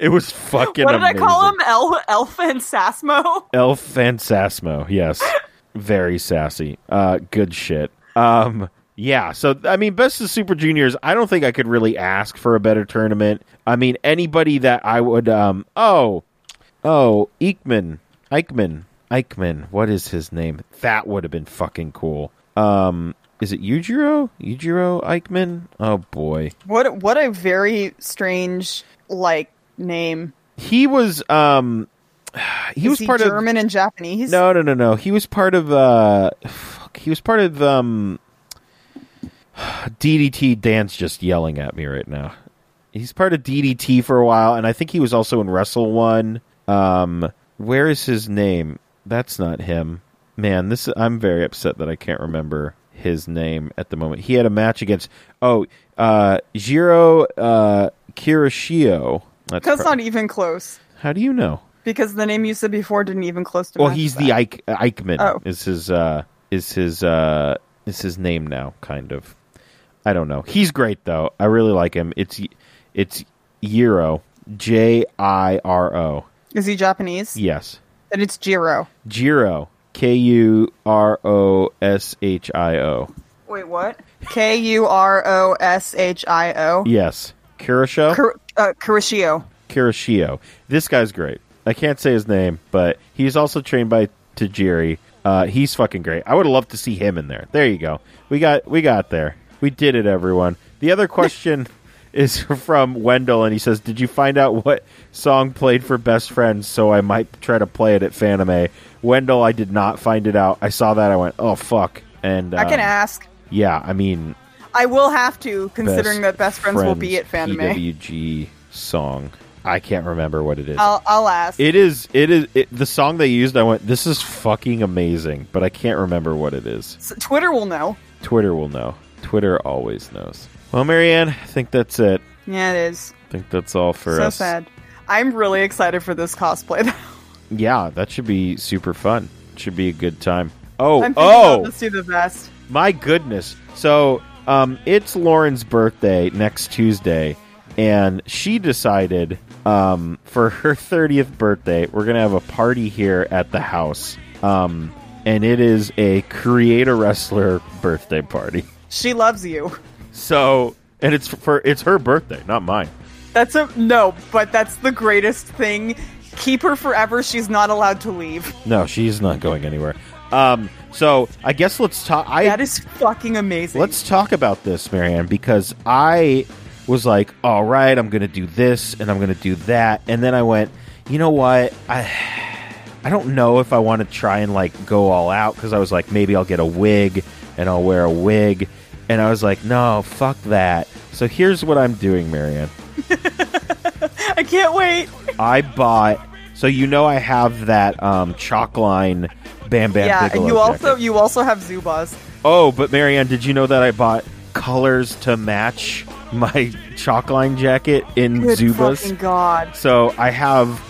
Speaker 3: it was fucking.
Speaker 4: What did I call
Speaker 3: amazing.
Speaker 4: him? El- Elf and Sasmo?
Speaker 3: El Fantasmo, yes. Very sassy. Uh good shit. Um yeah, so I mean best of super juniors, I don't think I could really ask for a better tournament. I mean anybody that I would um oh oh Eichmann. Eichmann. Eichmann, what is his name? That would have been fucking cool. Um is it Yujiro? Yujiro Eichmann? Oh boy.
Speaker 4: What what a very strange like name.
Speaker 3: He was um he
Speaker 4: Is
Speaker 3: was part of
Speaker 4: German and Japanese.
Speaker 3: No, no, no, no. He was part of uh fuck, he was part of um DDT Dan's just yelling at me right now. He's part of DDT for a while and I think he was also in Wrestle 1. Um where is his name? That's not him. Man, this I'm very upset that I can't remember his name at the moment. He had a match against oh, uh Jiro uh Kirishio.
Speaker 4: that's
Speaker 3: pro-
Speaker 4: not even close
Speaker 3: How do you know?
Speaker 4: because the name you said before didn't even close to.
Speaker 3: Well,
Speaker 4: match
Speaker 3: he's
Speaker 4: that.
Speaker 3: the Ike, Eichmann
Speaker 4: Oh.
Speaker 3: is his uh, is his uh, is his name now, kind of. I don't know. He's great though. I really like him. It's it's Euro J I R O.
Speaker 4: Is he Japanese?
Speaker 3: Yes,
Speaker 4: Then it's Jiro.
Speaker 3: Jiro K U R O S H I O.
Speaker 4: Wait, what? K U R O S H I O.
Speaker 3: Yes, Kurosho.
Speaker 4: Kur- uh, Kurishio.
Speaker 3: Kirishio. This guy's great. I can't say his name, but he's also trained by Tajiri. Uh, he's fucking great. I would have loved to see him in there. There you go. We got we got there. We did it, everyone. The other question is from Wendell, and he says, "Did you find out what song played for Best Friends? So I might try to play it at Fanime." Wendell, I did not find it out. I saw that. I went, "Oh fuck," And
Speaker 4: I can
Speaker 3: um,
Speaker 4: ask.
Speaker 3: Yeah, I mean,
Speaker 4: I will have to, considering that best friends, will be at eh?
Speaker 3: Friends
Speaker 4: Fanime.
Speaker 3: PWG song. I can't remember what it is.
Speaker 4: I'll I'll ask.
Speaker 3: It is. It is. It, the song they used. I went. This is fucking amazing, but I can't remember what it is.
Speaker 4: S- Twitter will know.
Speaker 3: Twitter will know. Twitter always knows. Well, Marianne, I think that's it.
Speaker 4: Yeah, it is.
Speaker 3: I think that's all for
Speaker 4: so
Speaker 3: us.
Speaker 4: sad. I'm really excited for this cosplay. though.
Speaker 3: Yeah, that should be super fun. Should be a good time. Oh,
Speaker 4: I'm thinking
Speaker 3: oh,
Speaker 4: about this do the best.
Speaker 3: my goodness. So, um, it's Lauren's birthday next Tuesday, and she decided, um, for her 30th birthday, we're gonna have a party here at the house. Um, and it is a creator wrestler birthday party.
Speaker 4: She loves you.
Speaker 3: So, and it's for it's her birthday, not mine.
Speaker 4: That's a no, but that's the greatest thing. Keep her forever. She's not allowed to leave.
Speaker 3: No, she's not going anywhere. Um, so I guess let's talk. I
Speaker 4: That is fucking amazing.
Speaker 3: Let's talk about this, Marianne, because I was like, all right, I'm going to do this and I'm going to do that. And then I went, you know what? I. I don't know if I want to try and like go all out because I was like, maybe I'll get a wig and I'll wear a wig. And I was like, no, fuck that. So here's what I'm doing, Marianne.
Speaker 4: I can't wait.
Speaker 3: I bought, so you know, I have that um, chalk line Bam Bam
Speaker 4: yeah,
Speaker 3: Bigelow
Speaker 4: and you also
Speaker 3: jacket.
Speaker 4: you also have Zubaz.
Speaker 3: Oh, but Marianne, did you know that I bought colors to match my chalkline jacket in
Speaker 4: Good fucking
Speaker 3: Zubas?
Speaker 4: god.
Speaker 3: So I have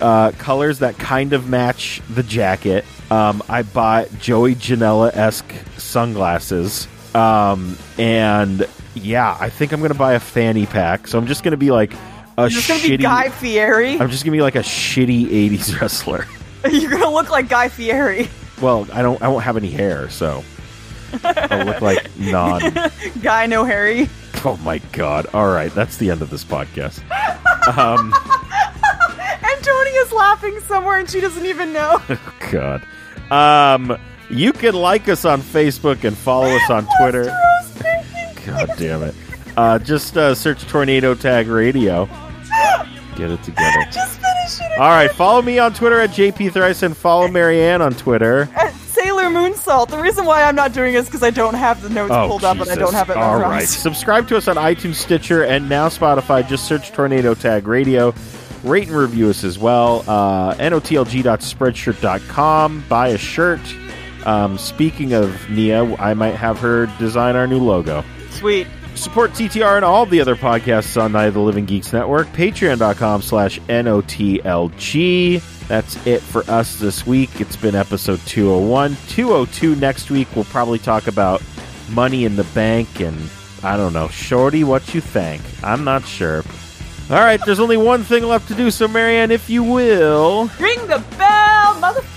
Speaker 3: uh, colors that kind of match the jacket. Um, I bought Joey Janela esque sunglasses. Um, and yeah, I think I'm going to buy a fanny pack. So I'm just going to be like a
Speaker 4: You're just gonna be
Speaker 3: shitty.
Speaker 4: Guy Fieri.
Speaker 3: I'm just going to be like a shitty 80s wrestler.
Speaker 4: You're gonna look like Guy Fieri.
Speaker 3: Well, I don't I won't have any hair, so I'll look like non
Speaker 4: Guy no Harry.
Speaker 3: Oh my god. All right, that's the end of this podcast.
Speaker 4: And Tony is laughing somewhere and she doesn't even know.
Speaker 3: God. Um you can like us on Facebook and follow us on Twitter. God damn it. Uh just uh, search Tornado Tag Radio. Get it together.
Speaker 4: Just finish it.
Speaker 3: All right, follow me on Twitter at JP Thrice and follow Marianne on Twitter.
Speaker 4: Uh, Sailor Moon Salt. The reason why I'm not doing it is because I don't have the notes pulled up and
Speaker 3: Oh,
Speaker 4: I
Speaker 3: Jesus.
Speaker 4: don't have it
Speaker 3: All
Speaker 4: memorized.
Speaker 3: right. Subscribe to us on iTunes, Stitcher, and now Spotify. Just search Tornado Tag Radio. Rate and review us as well. Uh, NOTLG.spreadshirt.com. Buy a shirt. Um, speaking of Nia, I might have her design our new logo.
Speaker 4: Sweet.
Speaker 3: Support TTR and all the other podcasts on Night of the Living Geeks Network. Patreon.com slash NOTLG. That's it for us this week. It's been episode 201. 202 next week, we'll probably talk about money in the bank and, I don't know, shorty, what you think. I'm not sure. All right, there's only one thing left to do, so Marianne, if you will.
Speaker 4: Ring the bell, motherfucker!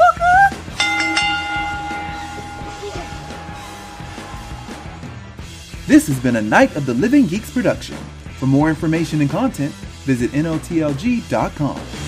Speaker 1: This has been a Night of the Living Geeks production. For more information and content, visit NOTLG.com.